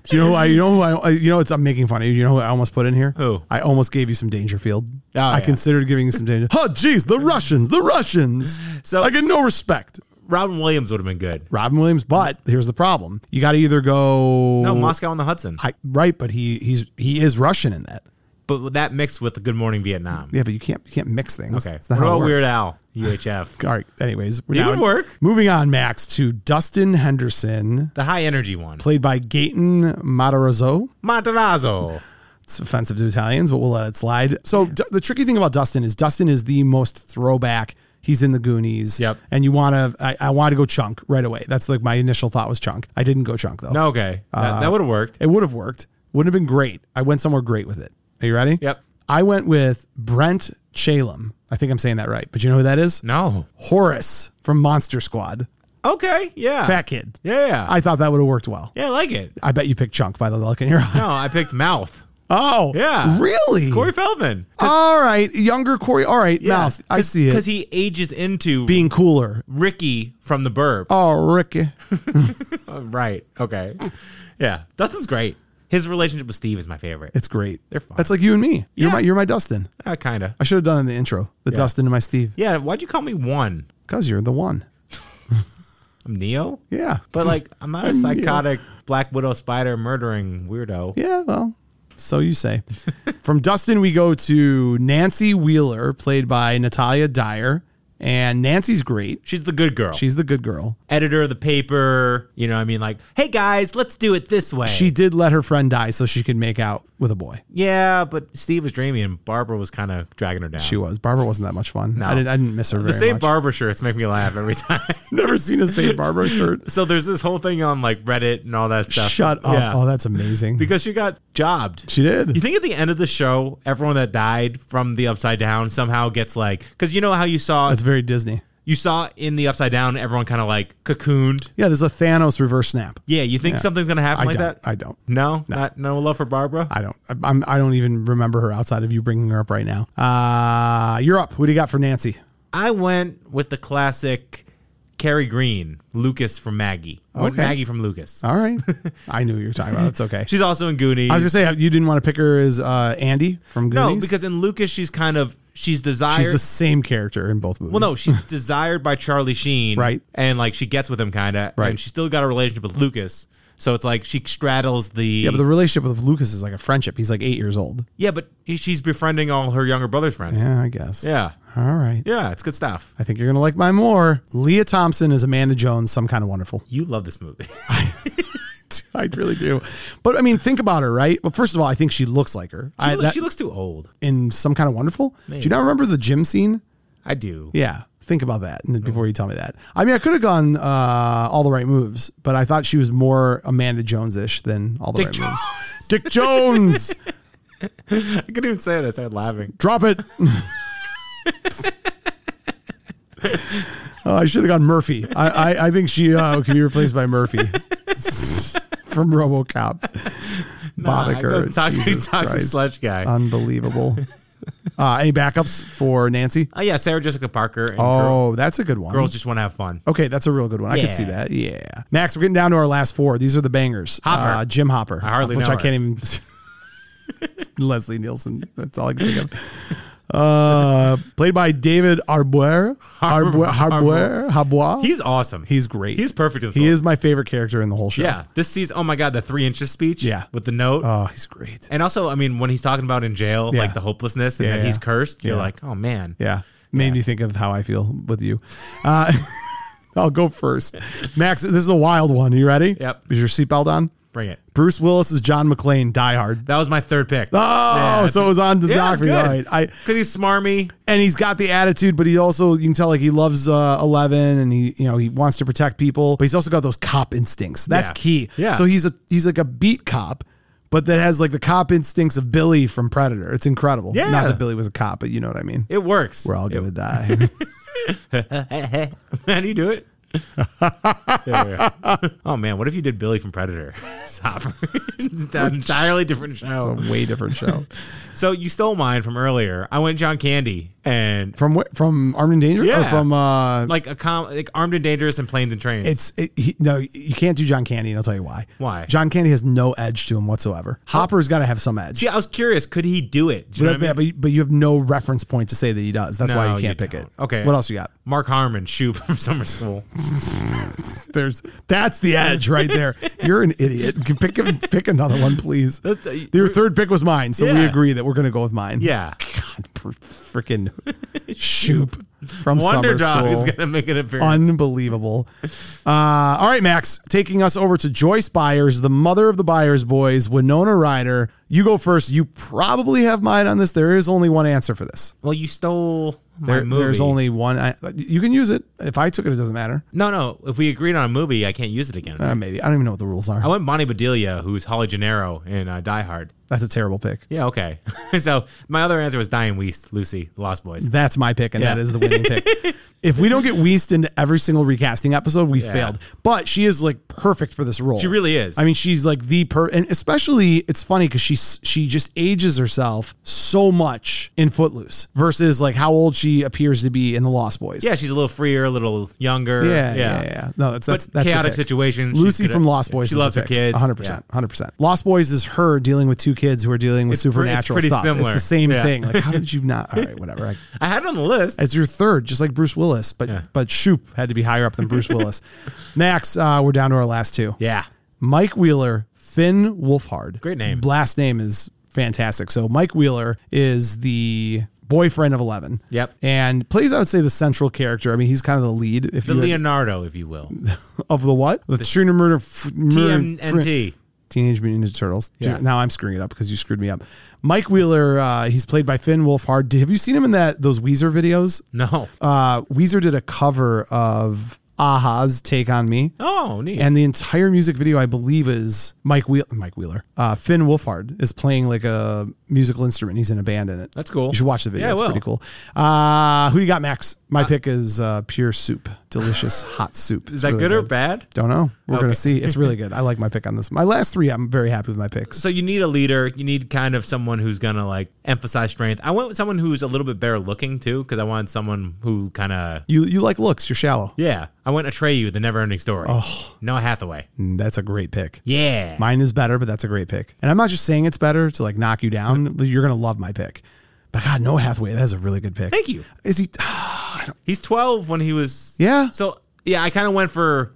Speaker 2: Do you know who I? You know who I? You know it's. I'm making fun of you. You know who I almost put in here?
Speaker 3: Who?
Speaker 2: I almost gave you some Dangerfield.
Speaker 3: Oh,
Speaker 2: I
Speaker 3: yeah.
Speaker 2: considered giving you some danger. Oh, jeez, the Russians, the Russians.
Speaker 3: So-
Speaker 2: I get no respect.
Speaker 3: Robin Williams would have been good.
Speaker 2: Robin Williams, but here's the problem. You got to either go.
Speaker 3: No, Moscow on the Hudson.
Speaker 2: I, right, but he he's he is Russian in that.
Speaker 3: but that mixed with Good Morning Vietnam.
Speaker 2: Yeah, but you can't you can't mix things.
Speaker 3: Okay.
Speaker 2: That's
Speaker 3: What
Speaker 2: not how
Speaker 3: about
Speaker 2: it
Speaker 3: Weird
Speaker 2: works.
Speaker 3: Al? UHF.
Speaker 2: All right. Anyways, we're
Speaker 3: It
Speaker 2: now
Speaker 3: would work.
Speaker 2: Moving on, Max to Dustin Henderson,
Speaker 3: the high energy one.
Speaker 2: played by Gaten Matarazzo.
Speaker 3: Materazzo.
Speaker 2: It's offensive to Italians, but we'll let it slide. So D- the tricky thing about Dustin is Dustin is the most throwback. He's in the Goonies.
Speaker 3: Yep.
Speaker 2: And you want to, I, I want to go chunk right away. That's like my initial thought was chunk. I didn't go chunk though.
Speaker 3: No, okay. That,
Speaker 2: Uh,
Speaker 3: that would have worked.
Speaker 2: It would have worked. Wouldn't have been great. I went somewhere great with it. Are you ready?
Speaker 3: Yep.
Speaker 2: I went with Brent Chalem. I think I'm saying that right, but you know who that is?
Speaker 3: No.
Speaker 2: Horace from Monster Squad.
Speaker 3: Okay. Yeah.
Speaker 2: Fat kid.
Speaker 3: Yeah.
Speaker 2: I thought that would have worked well.
Speaker 3: yeah, I like it.
Speaker 2: I bet you picked Chunk by the look in your eye.
Speaker 3: No, I picked Mouth.
Speaker 2: Oh,
Speaker 3: Yeah.
Speaker 2: Really?
Speaker 3: Corey Feldman.
Speaker 2: All right. Younger Corey. All right. Mouth. I see it.
Speaker 3: Because he ages into
Speaker 2: Being cooler.
Speaker 3: Ricky from the Burbs.
Speaker 2: Oh, Ricky.
Speaker 3: Oh, right. Okay. yeah. Dustin's great. His relationship with Steve is my favorite.
Speaker 2: It's great.
Speaker 3: They're fine.
Speaker 2: That's like you and me. You're
Speaker 3: Yeah.
Speaker 2: my you're my Dustin.
Speaker 3: Uh, kind of.
Speaker 2: I should have done in the intro. The Dustin to my Steve.
Speaker 3: Yeah. Why'd you call me one?
Speaker 2: Because you're the one.
Speaker 3: I'm Neo?
Speaker 2: Yeah.
Speaker 3: But, like, I'm not a psychotic Black Widow spider murdering weirdo.
Speaker 2: Yeah, well, so you say. From Dustin, we go to Nancy Wheeler, played by Natalia Dyer. And Nancy's great.
Speaker 3: She's the good girl.
Speaker 2: She's the good girl.
Speaker 3: editor of the paper. You know, what I mean, like, hey guys, let's do it this way.
Speaker 2: She did let her friend die so she could make out with a boy.
Speaker 3: yeah, but Steve was dreamy and Barbara was kind of dragging her down.
Speaker 2: She was. Barbara wasn't that much fun. I, didn't, I didn't miss her
Speaker 3: the
Speaker 2: very
Speaker 3: same
Speaker 2: much.
Speaker 3: Barbara shirts make me laugh every time.
Speaker 2: Never seen a St. Barbara shirt.
Speaker 3: so there's this whole thing on like Reddit and all that stuff.
Speaker 2: Shut up.
Speaker 3: Yeah.
Speaker 2: Oh, that's amazing.
Speaker 3: because she got jobbed.
Speaker 2: she did.
Speaker 3: You think at the end of the show, everyone that died from the Upside Down somehow gets like, because you know how you saw
Speaker 2: that's very Disney.
Speaker 3: you saw in the Upside Down, everyone kind of like cocooned.
Speaker 2: Yeah, there's a Thanos reverse snap.
Speaker 3: Yeah, you think something's gonna happen
Speaker 2: I
Speaker 3: like
Speaker 2: don't.
Speaker 3: that?
Speaker 2: I don't.
Speaker 3: no, not no love for Barbara.
Speaker 2: I don't. I- I'm. I don't even remember her outside of you bringing her up right now. Uh, you're up. What do you got for Nancy?
Speaker 3: I went with the classic Carrie Green, Lucas from Maggie. I went
Speaker 2: Okay.
Speaker 3: Maggie from Lucas.
Speaker 2: All right. I knew what you were talking about. It's okay.
Speaker 3: She's also in Goonies.
Speaker 2: I was gonna say you didn't want to pick her as uh, Andy from
Speaker 3: no,
Speaker 2: Goonies.
Speaker 3: because in Lucas she's kind of she's desired.
Speaker 2: she's the same character in both movies.
Speaker 3: well, no, she's desired by Charlie Sheen,
Speaker 2: Right.
Speaker 3: And like she gets with him, kind of,
Speaker 2: Right.
Speaker 3: And she still got a relationship with Lucas, so it's like she straddles the
Speaker 2: yeah, but the relationship with Lucas is like a friendship. He's like eight years old.
Speaker 3: yeah, but he- she's befriending all her younger brother's friends.
Speaker 2: Yeah, I guess.
Speaker 3: Yeah,
Speaker 2: All right.
Speaker 3: yeah, it's good stuff.
Speaker 2: I think you're gonna like mine more. Leah Thompson is Amanda Jones. Some kind of wonderful.
Speaker 3: You love this movie.
Speaker 2: I really do. But I mean, think about her, right? Well, first of all, I think she looks like her. I,
Speaker 3: she, looks,
Speaker 2: that-
Speaker 3: she looks too old.
Speaker 2: in some kind of wonderful. Do you not remember the gym scene?
Speaker 3: I do.
Speaker 2: Yeah. Think about that
Speaker 3: Mm-hmm.
Speaker 2: n- before you tell me that. I mean, I could have gone uh, all the right moves, but I thought she was more Amanda Jones ish than all the
Speaker 3: Dick
Speaker 2: right
Speaker 3: Jones.
Speaker 2: moves. Dick Jones,
Speaker 3: I couldn't even say it. I started laughing.
Speaker 2: drop it. Oh, I should have gone Murphy. I, I, I think she uh, could be replaced by Murphy from RoboCop. Boddicker.
Speaker 3: toxic,
Speaker 2: Jesus
Speaker 3: toxic
Speaker 2: Christ.
Speaker 3: sludge guy.
Speaker 2: Unbelievable. Uh, any backups for Nancy?
Speaker 3: oh yeah, Sarah Jessica Parker. And girl-
Speaker 2: Oh, that's a good one.
Speaker 3: girls just want to have fun.
Speaker 2: Okay, that's a real good one. I can see
Speaker 3: Yeah.
Speaker 2: that. Yeah. Max, we're getting down to our last four. These are the bangers.
Speaker 3: Hopper.
Speaker 2: Uh, Jim Hopper.
Speaker 3: I hardly
Speaker 2: Which
Speaker 3: know
Speaker 2: I
Speaker 3: her.
Speaker 2: can't even. Leslie Nielsen. That's all I can think of. Uh, played by David Arbour. Arbour. Arbour. Harbour.
Speaker 3: He's awesome.
Speaker 2: He's great.
Speaker 3: He's perfect. In this
Speaker 2: He
Speaker 3: role.
Speaker 2: is my favorite character in the whole show.
Speaker 3: Yeah, this season. Oh my god, the three inches speech.
Speaker 2: Yeah.
Speaker 3: with the note.
Speaker 2: Oh, he's great.
Speaker 3: and also, I mean, when he's talking about in jail,
Speaker 2: Yeah.
Speaker 3: like the hopelessness, and
Speaker 2: Yeah,
Speaker 3: that he's
Speaker 2: yeah.
Speaker 3: cursed, you're
Speaker 2: Yeah.
Speaker 3: like, oh man.
Speaker 2: Yeah. Made me think of how I feel with you. Uh, I'll go first. Max, this is a wild one. You ready?
Speaker 3: Yep.
Speaker 2: Is your seatbelt on?
Speaker 3: Bring it.
Speaker 2: Bruce Willis is John McClane, Die Hard.
Speaker 3: That was my third pick.
Speaker 2: Oh,
Speaker 3: Yeah,
Speaker 2: so it was on the
Speaker 3: yeah, it's
Speaker 2: document.
Speaker 3: good.
Speaker 2: All right. I
Speaker 3: Because he's smarmy.
Speaker 2: and he's got the attitude, but he also you can tell like he loves uh, Eleven, and he you know he wants to protect people, but he's also got those cop instincts. That's
Speaker 3: Yeah.
Speaker 2: key.
Speaker 3: Yeah.
Speaker 2: So he's a he's like a beat cop, but that has like the cop instincts of Billy from Predator. It's incredible.
Speaker 3: Yeah.
Speaker 2: Not that Billy was a cop, but you know what I mean.
Speaker 3: It works.
Speaker 2: We're all gonna die.
Speaker 3: How do you do it? There we go. oh man, what if you did Billy from Predator? Stop. it's an entirely different
Speaker 2: a
Speaker 3: show.
Speaker 2: way different show.
Speaker 3: So you stole mine from earlier. I went John Candy and
Speaker 2: From where? From Armed and Dangerous? Or
Speaker 3: Yeah.
Speaker 2: from uh,
Speaker 3: like a com like Armed and Dangerous and Planes and Trains.
Speaker 2: It's it, he, no, you can't do John Candy, and I'll tell you why.
Speaker 3: Why?
Speaker 2: John Candy has no edge to him whatsoever. Hopper's got to have some edge.
Speaker 3: Gee, I was curious, could he do it? Do you know
Speaker 2: But,
Speaker 3: what I mean?
Speaker 2: yeah, but, you- but you have no reference point to say that he does. That's why
Speaker 3: No,
Speaker 2: you
Speaker 3: you
Speaker 2: can't pick
Speaker 3: don't.
Speaker 2: it.
Speaker 3: Okay.
Speaker 2: What else you got?
Speaker 3: Mark Harmon, shoe from summer school.
Speaker 2: There's that's the edge right there. You're an idiot. Pick a- pick another one, please.
Speaker 3: That's- uh,
Speaker 2: Your third pick was mine, so we
Speaker 3: Yeah.
Speaker 2: agree that we're gonna go with mine.
Speaker 3: Yeah.
Speaker 2: God, fr- freaking shoop from summer
Speaker 3: Wonder Dog
Speaker 2: school.
Speaker 3: is gonna make an appearance.
Speaker 2: Unbelievable. Uh, all right, Max, taking us over to Joyce Byers, the mother of the Byers boys, Winona Ryder. You go first. You probably have mine on this. There is only one answer for this.
Speaker 3: well, you stole my
Speaker 2: There-
Speaker 3: movie.
Speaker 2: there's only one. I, you can use it. If I took it, it doesn't matter.
Speaker 3: no, no. If we agreed on a movie, I can't use it again.
Speaker 2: Uh, maybe. I don't even know what the rules
Speaker 3: I
Speaker 2: are.
Speaker 3: went Bonnie Bedelia, who's Holly Gennaro in uh, Die Hard.
Speaker 2: That's a terrible pick.
Speaker 3: Yeah, okay. so my other answer was Diane Weist, Lucy, The Lost Boys.
Speaker 2: That's my pick, and
Speaker 3: Yeah.
Speaker 2: that is the winning pick. If we don't get Weast into every single recasting episode, we failed. But she is like perfect for this role.
Speaker 3: She really is.
Speaker 2: I mean, she's like the per, and especially it's funny because she she just ages herself so much in Footloose versus like how old she appears to be in The Lost Boys.
Speaker 3: yeah, she's a little freer, a little younger.
Speaker 2: yeah, yeah, yeah. yeah. No, that's that's
Speaker 3: but
Speaker 2: that's the
Speaker 3: chaotic
Speaker 2: pick.
Speaker 3: situations. she's
Speaker 2: Lucy
Speaker 3: good at-
Speaker 2: from Lost Boys.
Speaker 3: She
Speaker 2: is
Speaker 3: loves
Speaker 2: the
Speaker 3: her
Speaker 2: pick.
Speaker 3: kids.
Speaker 2: 100%. 100%. Lost Boys is her dealing with two kids who are dealing with
Speaker 3: pre- it's
Speaker 2: supernatural
Speaker 3: pretty
Speaker 2: stuff.
Speaker 3: similar.
Speaker 2: It's the same
Speaker 3: Yeah.
Speaker 2: thing. Like, how did you not? All right, whatever. I,
Speaker 3: Yeah. I had it on the list.
Speaker 2: it's your third, just like Bruce Willis, but but Shoop had to be higher up than Bruce Willis. Max, uh, we're down to our last two.
Speaker 3: Yeah.
Speaker 2: Mike Wheeler, Finn Wolfhard.
Speaker 3: Great name.
Speaker 2: Last name is fantastic. So Mike Wheeler is the boyfriend of Eleven.
Speaker 3: Yep.
Speaker 2: And plays, I would say, the central character. I mean, he's kind of the lead, if
Speaker 3: The
Speaker 2: you would-
Speaker 3: Leonardo, if you will.
Speaker 2: of the what the, Schooner murder, f- murder
Speaker 3: TMNT.
Speaker 2: Teenage Mutant Ninja Turtles.
Speaker 3: Yeah.
Speaker 2: Now I'm screwing it up because you screwed me up. Mike Wheeler, uh, he's played by Finn Wolfhard. Have you seen him in that those Weezer videos?
Speaker 3: No.
Speaker 2: uh, Weezer did a cover of Aha's "Take on Me,"
Speaker 3: Oh, neat.
Speaker 2: and the entire music video, I believe, is Mike Wheel- Mike Wheeler, uh, Finn Wolfhard is playing like a musical instrument. He's in a band in it.
Speaker 3: That's cool.
Speaker 2: You should watch the video.
Speaker 3: Yeah, I
Speaker 2: it's
Speaker 3: will.
Speaker 2: pretty cool. Uh, who do you got, Max? My pick is uh, pure soup, delicious hot soup.
Speaker 3: is that good, or bad?
Speaker 2: Don't know. We're gonna
Speaker 3: Okay.
Speaker 2: see. It's really good. I like my pick on this. My last three, I'm very happy with my picks.
Speaker 3: So you need a leader. You need kind of someone who's gonna like emphasize strength. I went with someone who's a little bit better looking too, because I wanted someone who kind of
Speaker 2: You you like looks? You're shallow.
Speaker 3: yeah. I went Atreyu, the never-ending story. Oh, Noah Hathaway.
Speaker 2: That's a great pick.
Speaker 3: Yeah.
Speaker 2: Mine is better, but that's a great pick. And I'm not just saying it's better to like knock you down. but You're gonna love my pick. But God, no Hathaway, that's a really good pick.
Speaker 3: Thank you.
Speaker 2: Is he?
Speaker 3: He's 12 when he was.
Speaker 2: Yeah.
Speaker 3: So, yeah, I kind of went for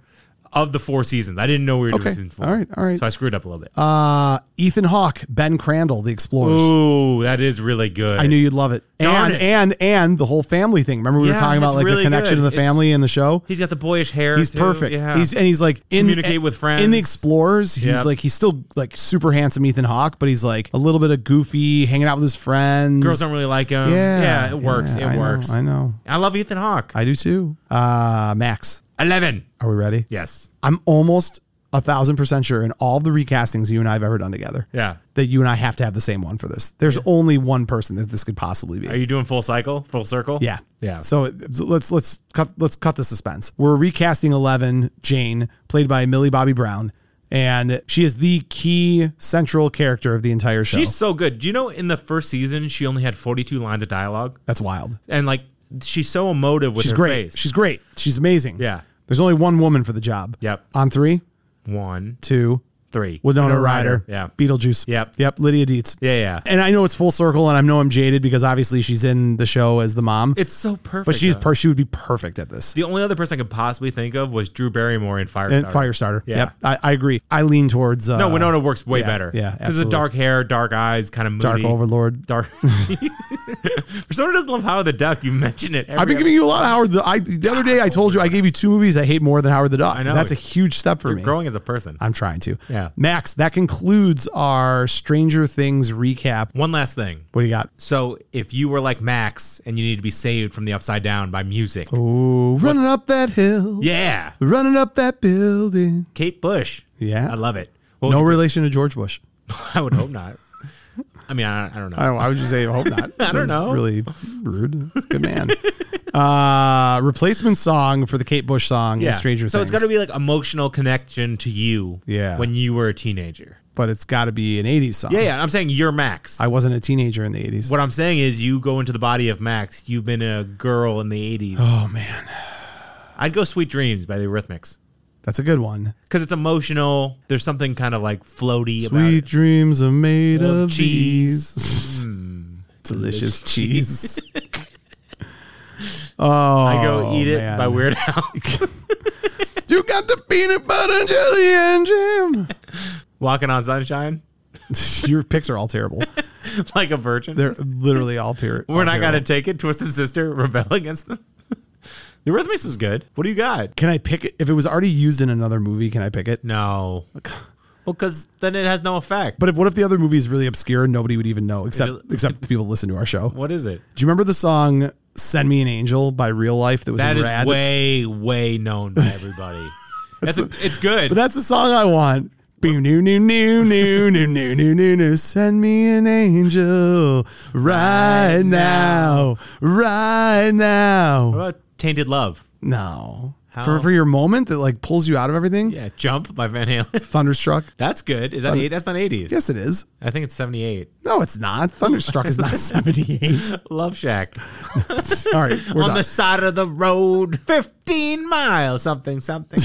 Speaker 3: of the four seasons. I didn't know we were
Speaker 2: Okay.
Speaker 3: doing season four.
Speaker 2: All right, all right.
Speaker 3: So I screwed up a little bit.
Speaker 2: Uh, Ethan Hawke, Ben Crandall, The Explorers.
Speaker 3: Ooh, that is really good.
Speaker 2: I knew you'd love it.
Speaker 3: Darn
Speaker 2: And
Speaker 3: it.
Speaker 2: and and the whole family thing. Remember we were
Speaker 3: Yeah,
Speaker 2: talking about
Speaker 3: it's
Speaker 2: like the
Speaker 3: really
Speaker 2: connection
Speaker 3: good.
Speaker 2: of the
Speaker 3: It's-
Speaker 2: family in the show.
Speaker 3: He's got the boyish hair.
Speaker 2: He's
Speaker 3: too.
Speaker 2: perfect.
Speaker 3: Yeah.
Speaker 2: He's and he's like in
Speaker 3: Communicate with
Speaker 2: in the
Speaker 3: friends.
Speaker 2: Explorers. He's
Speaker 3: Yep.
Speaker 2: like he's still like super handsome Ethan Hawke, but he's like a little bit of goofy, hanging out with his friends.
Speaker 3: Girls don't really like him.
Speaker 2: yeah,
Speaker 3: it works.
Speaker 2: yeah,
Speaker 3: it
Speaker 2: I know,
Speaker 3: works.
Speaker 2: I know.
Speaker 3: I love Ethan Hawke.
Speaker 2: I do too. Uh, Max,
Speaker 3: 11.
Speaker 2: are we ready?
Speaker 3: Yes.
Speaker 2: I'm almost a thousand percent sure in all the recastings you and I have ever done together
Speaker 3: Yeah.
Speaker 2: that you and I have to have the same one for this. There's only one person that this could possibly be.
Speaker 3: Are you doing full cycle, full circle?
Speaker 2: yeah.
Speaker 3: Yeah.
Speaker 2: So it- let's let's cut let's cut the suspense. We're recasting Eleven Jane, played by Millie Bobby Brown, and she is the key central character of the entire show.
Speaker 3: She's so good. Do you know in the first season she only had 42 lines of dialogue
Speaker 2: That's wild.
Speaker 3: and like she's so emotive with
Speaker 2: She's
Speaker 3: her
Speaker 2: great.
Speaker 3: face.
Speaker 2: She's great. She's amazing.
Speaker 3: Yeah.
Speaker 2: There's only one woman for the job.
Speaker 3: Yep.
Speaker 2: On three,
Speaker 3: One,
Speaker 2: two,
Speaker 3: three.
Speaker 2: Winona
Speaker 3: Winona
Speaker 2: Ryder.
Speaker 3: Yeah.
Speaker 2: Beetlejuice.
Speaker 3: Yep.
Speaker 2: Yep. Lydia Dietz.
Speaker 3: Yeah, yeah.
Speaker 2: And I know it's full circle, and I know I'm jaded because obviously she's in the show as the mom.
Speaker 3: It's so perfect.
Speaker 2: but she's
Speaker 3: though.
Speaker 2: per- she would be perfect at this.
Speaker 3: the only other person I could possibly think of was Drew Barrymore in Firestarter.
Speaker 2: And Firestarter.
Speaker 3: Yeah.
Speaker 2: Yep. I, I agree. I lean towards uh,
Speaker 3: No, Winona works way
Speaker 2: yeah,
Speaker 3: better.
Speaker 2: yeah,
Speaker 3: because the
Speaker 2: absolutely.
Speaker 3: dark hair, dark eyes, kind of moody.
Speaker 2: Dark Overlord.
Speaker 3: Dark. For someone who doesn't love Howard the Duck, you mention it. Every
Speaker 2: I've been giving you a lot of Howard. The, I, the other day I told you I gave you two movies I hate more than Howard the Duck.
Speaker 3: know.
Speaker 2: That's a huge step for
Speaker 3: episode.
Speaker 2: me.
Speaker 3: You're growing as a person.
Speaker 2: I'm trying to.
Speaker 3: Yeah.
Speaker 2: Max, that concludes our Stranger Things recap.
Speaker 3: One last thing.
Speaker 2: What do you got?
Speaker 3: So, if you were like Max and you need to be saved from the upside down by music,
Speaker 2: Oh. Ooh, running up that hill,
Speaker 3: yeah,
Speaker 2: running up that building.
Speaker 3: Kate Bush.
Speaker 2: Yeah.
Speaker 3: I love it. Well,
Speaker 2: No relation to George Bush.
Speaker 3: I would hope not. I mean, I, I don't know.
Speaker 2: I don't. I would just say, I hope not. I
Speaker 3: don't know.
Speaker 2: Really rude. It's a good man. uh, replacement song for the Kate Bush song in Stranger
Speaker 3: so
Speaker 2: Things.
Speaker 3: it's got to be like emotional connection to you.
Speaker 2: Yeah.
Speaker 3: When you were a teenager.
Speaker 2: but it's got to be an '80s song.
Speaker 3: Yeah, yeah. I'm saying you're Max.
Speaker 2: I wasn't a teenager in the '80s.
Speaker 3: what I'm saying is you go into the body of Max. You've been a girl in the 80s.
Speaker 2: Oh man,
Speaker 3: I'd go Sweet Dreams by the Eurythmics
Speaker 2: that's a good one.
Speaker 3: because it's emotional. There's something kind of like floaty about
Speaker 2: Sweet
Speaker 3: it.
Speaker 2: dreams are made
Speaker 3: Of
Speaker 2: of
Speaker 3: cheese. Mm.
Speaker 2: cheese. Delicious
Speaker 3: delicious
Speaker 2: cheese. oh,
Speaker 3: I go Eat It
Speaker 2: man.
Speaker 3: by Weird Al.
Speaker 2: You got the peanut butter jelly and jam.
Speaker 3: Walking on Sunshine
Speaker 2: Your picks are all terrible.
Speaker 3: like a virgin.
Speaker 2: They're literally all pure.
Speaker 3: We're not going to
Speaker 2: gonna.
Speaker 3: take it. Twisted Sister, rebel against them. the Eurythmics was good. What do you got?
Speaker 2: Can I pick it? If it was already used in another movie, can I pick it?
Speaker 3: No. Well, because then it has no effect.
Speaker 2: But if, what if the other movie is really obscure and nobody would even know except
Speaker 3: It'll-
Speaker 2: except the people who listen to our show? Do
Speaker 3: what is it?
Speaker 2: you remember the song "Send Me an Angel" by Real Life that was
Speaker 3: That
Speaker 2: in
Speaker 3: is
Speaker 2: rad?
Speaker 3: way, way known by everybody. that's a, it's good.
Speaker 2: but that's the song I want. Boo new new new new new new new new new. Send me an angel right now, right
Speaker 3: what
Speaker 2: now.
Speaker 3: about Tainted Love?
Speaker 2: No,
Speaker 3: How?
Speaker 2: for for your moment that like pulls you out of everything.
Speaker 3: Yeah, Jump by Van Halen.
Speaker 2: Thunderstruck.
Speaker 3: That's good. Is that eight? That's not eighties.
Speaker 2: Yes, it is.
Speaker 3: I think it's seventy eight.
Speaker 2: No, it's not. Thunderstruck is not seventy eight.
Speaker 3: Love Shack
Speaker 2: All right, we're
Speaker 3: on
Speaker 2: done.
Speaker 3: the side of the road, fifteen miles, something, something.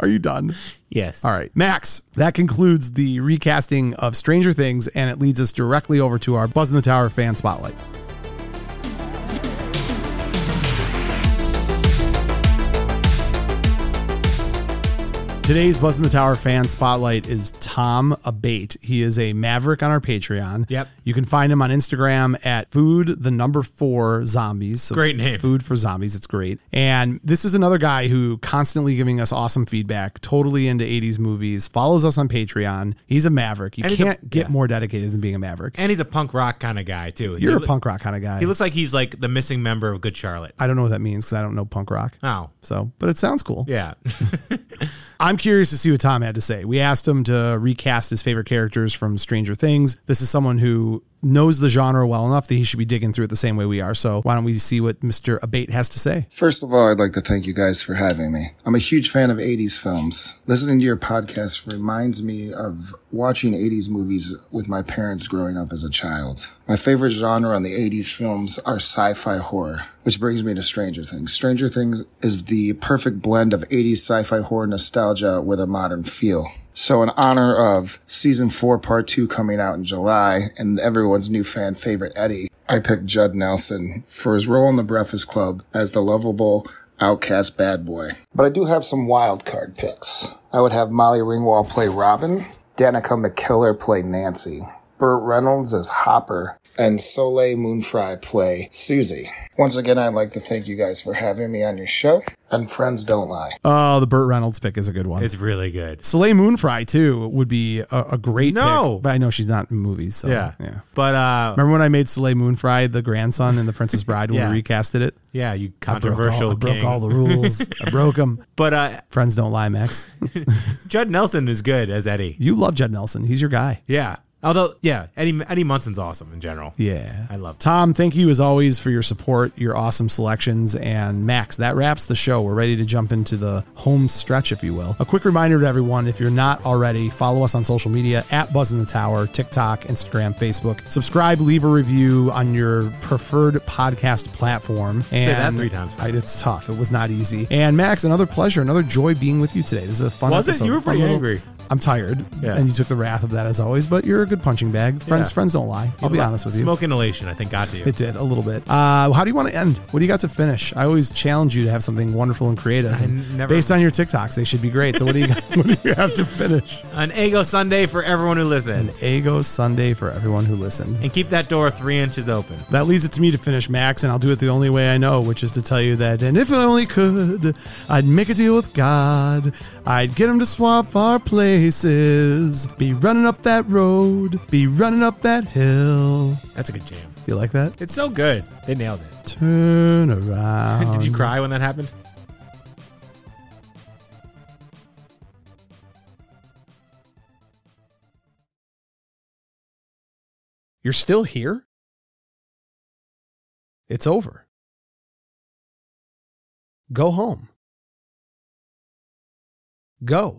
Speaker 2: Are you done?
Speaker 3: yes.
Speaker 2: All right, Max. That concludes the recasting of Stranger Things, and it leads us directly over to our Buzz in the Tower fan spotlight. Today's Buzz in the Tower fan spotlight is Tom Abate. He is a maverick on our Patreon.
Speaker 3: Yep.
Speaker 2: You can find him on Instagram at food the number four zombies. So
Speaker 3: Great name.
Speaker 2: Food for zombies. It's great. And this is another guy who constantly giving us awesome feedback, totally into 80s movies, follows us on Patreon. He's a maverick. You
Speaker 3: And he's a-
Speaker 2: can't get
Speaker 3: yeah.
Speaker 2: more dedicated than being a maverick.
Speaker 3: And he's a punk rock kind of guy too.
Speaker 2: You're
Speaker 3: he,
Speaker 2: a
Speaker 3: lo-
Speaker 2: punk rock kind of guy.
Speaker 3: He looks like he's like the missing member of Good Charlotte.
Speaker 2: I don't know what that means because I don't know punk rock.
Speaker 3: Oh,
Speaker 2: So, but it sounds cool.
Speaker 3: yeah.
Speaker 2: I'm curious to see what Tom had to say. We asked him to recast his favorite characters from Stranger Things. This is someone who knows the genre well enough that he should be digging through it the same way we are. So why don't we see what Mr. Abate has to say?
Speaker 4: First of all, I'd like to thank you guys for having me. I'm a huge fan of 80s films. Listening to your podcast reminds me of watching 80s movies with my parents growing up as a child. My favorite genre on the 80s films are sci-fi horror, which brings me to Stranger Things. Stranger Things is the perfect blend of 80s sci-fi horror nostalgia with a modern feel. So in honor of season four, part two coming out in July and everyone's new fan favorite Eddie, I picked Judd Nelson for his role in The Breakfast Club as the lovable outcast bad boy. But I do have some wild card picks. I would have Molly Ringwald play Robin, Danica McKellar play Nancy, Burt Reynolds as Hopper, and Soleil Moonfry play Susie. Once again, I'd like to thank you guys for having me on your show. And friends don't lie.
Speaker 2: Oh, the Burt Reynolds pick is a good one.
Speaker 3: it's really good.
Speaker 2: Soleil Moonfry too would be a, a great
Speaker 3: No.
Speaker 2: pick, but I know she's not in movies. So
Speaker 3: Yeah.
Speaker 2: yeah.
Speaker 3: But uh,
Speaker 2: Remember when I made Soleil Moonfry the grandson in The Princess Bride when
Speaker 3: Yeah.
Speaker 2: we recasted it?
Speaker 3: yeah, you
Speaker 2: I broke all-
Speaker 3: controversial
Speaker 2: I broke all,
Speaker 3: king.
Speaker 2: the rules. I broke them.
Speaker 3: but uh,
Speaker 2: Friends don't lie, Max.
Speaker 3: Judd Nelson is good as Eddie.
Speaker 2: You love Jed Nelson. He's your guy.
Speaker 3: Yeah. Although, yeah, Eddie Eddie Munson's awesome in general.
Speaker 2: Yeah.
Speaker 3: I love-
Speaker 2: Tom, thank you as always for your support, your awesome selections, and Max, that wraps the show. We're ready to jump into the home stretch, if you will. A quick reminder to everyone, if you're not already, follow us on social media at Buzz in the Tower, TikTok, Instagram, Facebook. Subscribe, leave a review on your preferred podcast platform. And
Speaker 3: that three times.
Speaker 2: I, it's tough. It was not easy. And Max, another pleasure, another joy being with you today. This is a fun
Speaker 3: Was it?
Speaker 2: episode.
Speaker 3: You were
Speaker 2: Fun
Speaker 3: pretty
Speaker 2: little-
Speaker 3: angry.
Speaker 2: I'm tired,
Speaker 3: Yeah.
Speaker 2: and you took the wrath of that as always. But you're a good punching bag. Friends,
Speaker 3: Yeah.
Speaker 2: friends don't lie. I'll be
Speaker 3: Smoke-
Speaker 2: honest with you.
Speaker 3: Smoke inhalation, I think, got to you.
Speaker 2: It did a little bit. Uh, how do you want to end? What do you got to finish? I always challenge you to have something wonderful and creative. And
Speaker 3: never-
Speaker 2: Based on your TikToks, they should be great. So what do you what do you have to finish?
Speaker 3: An Ego Sunday for everyone who listened.
Speaker 2: Ego Sunday for everyone who listened.
Speaker 3: And keep that door three inches open.
Speaker 2: That leaves it to me to finish, Max, and I'll do it the only way I know, which is to tell you that. And if I only could, I'd make a deal with God. I'd get him to swap our places. Be running up that road. Be running up that hill.
Speaker 3: That's a good jam.
Speaker 2: You like that?
Speaker 3: It's so good. They nailed it.
Speaker 2: Turn around.
Speaker 3: Did you cry when that happened?
Speaker 2: You're still here? It's over. Go home. Go.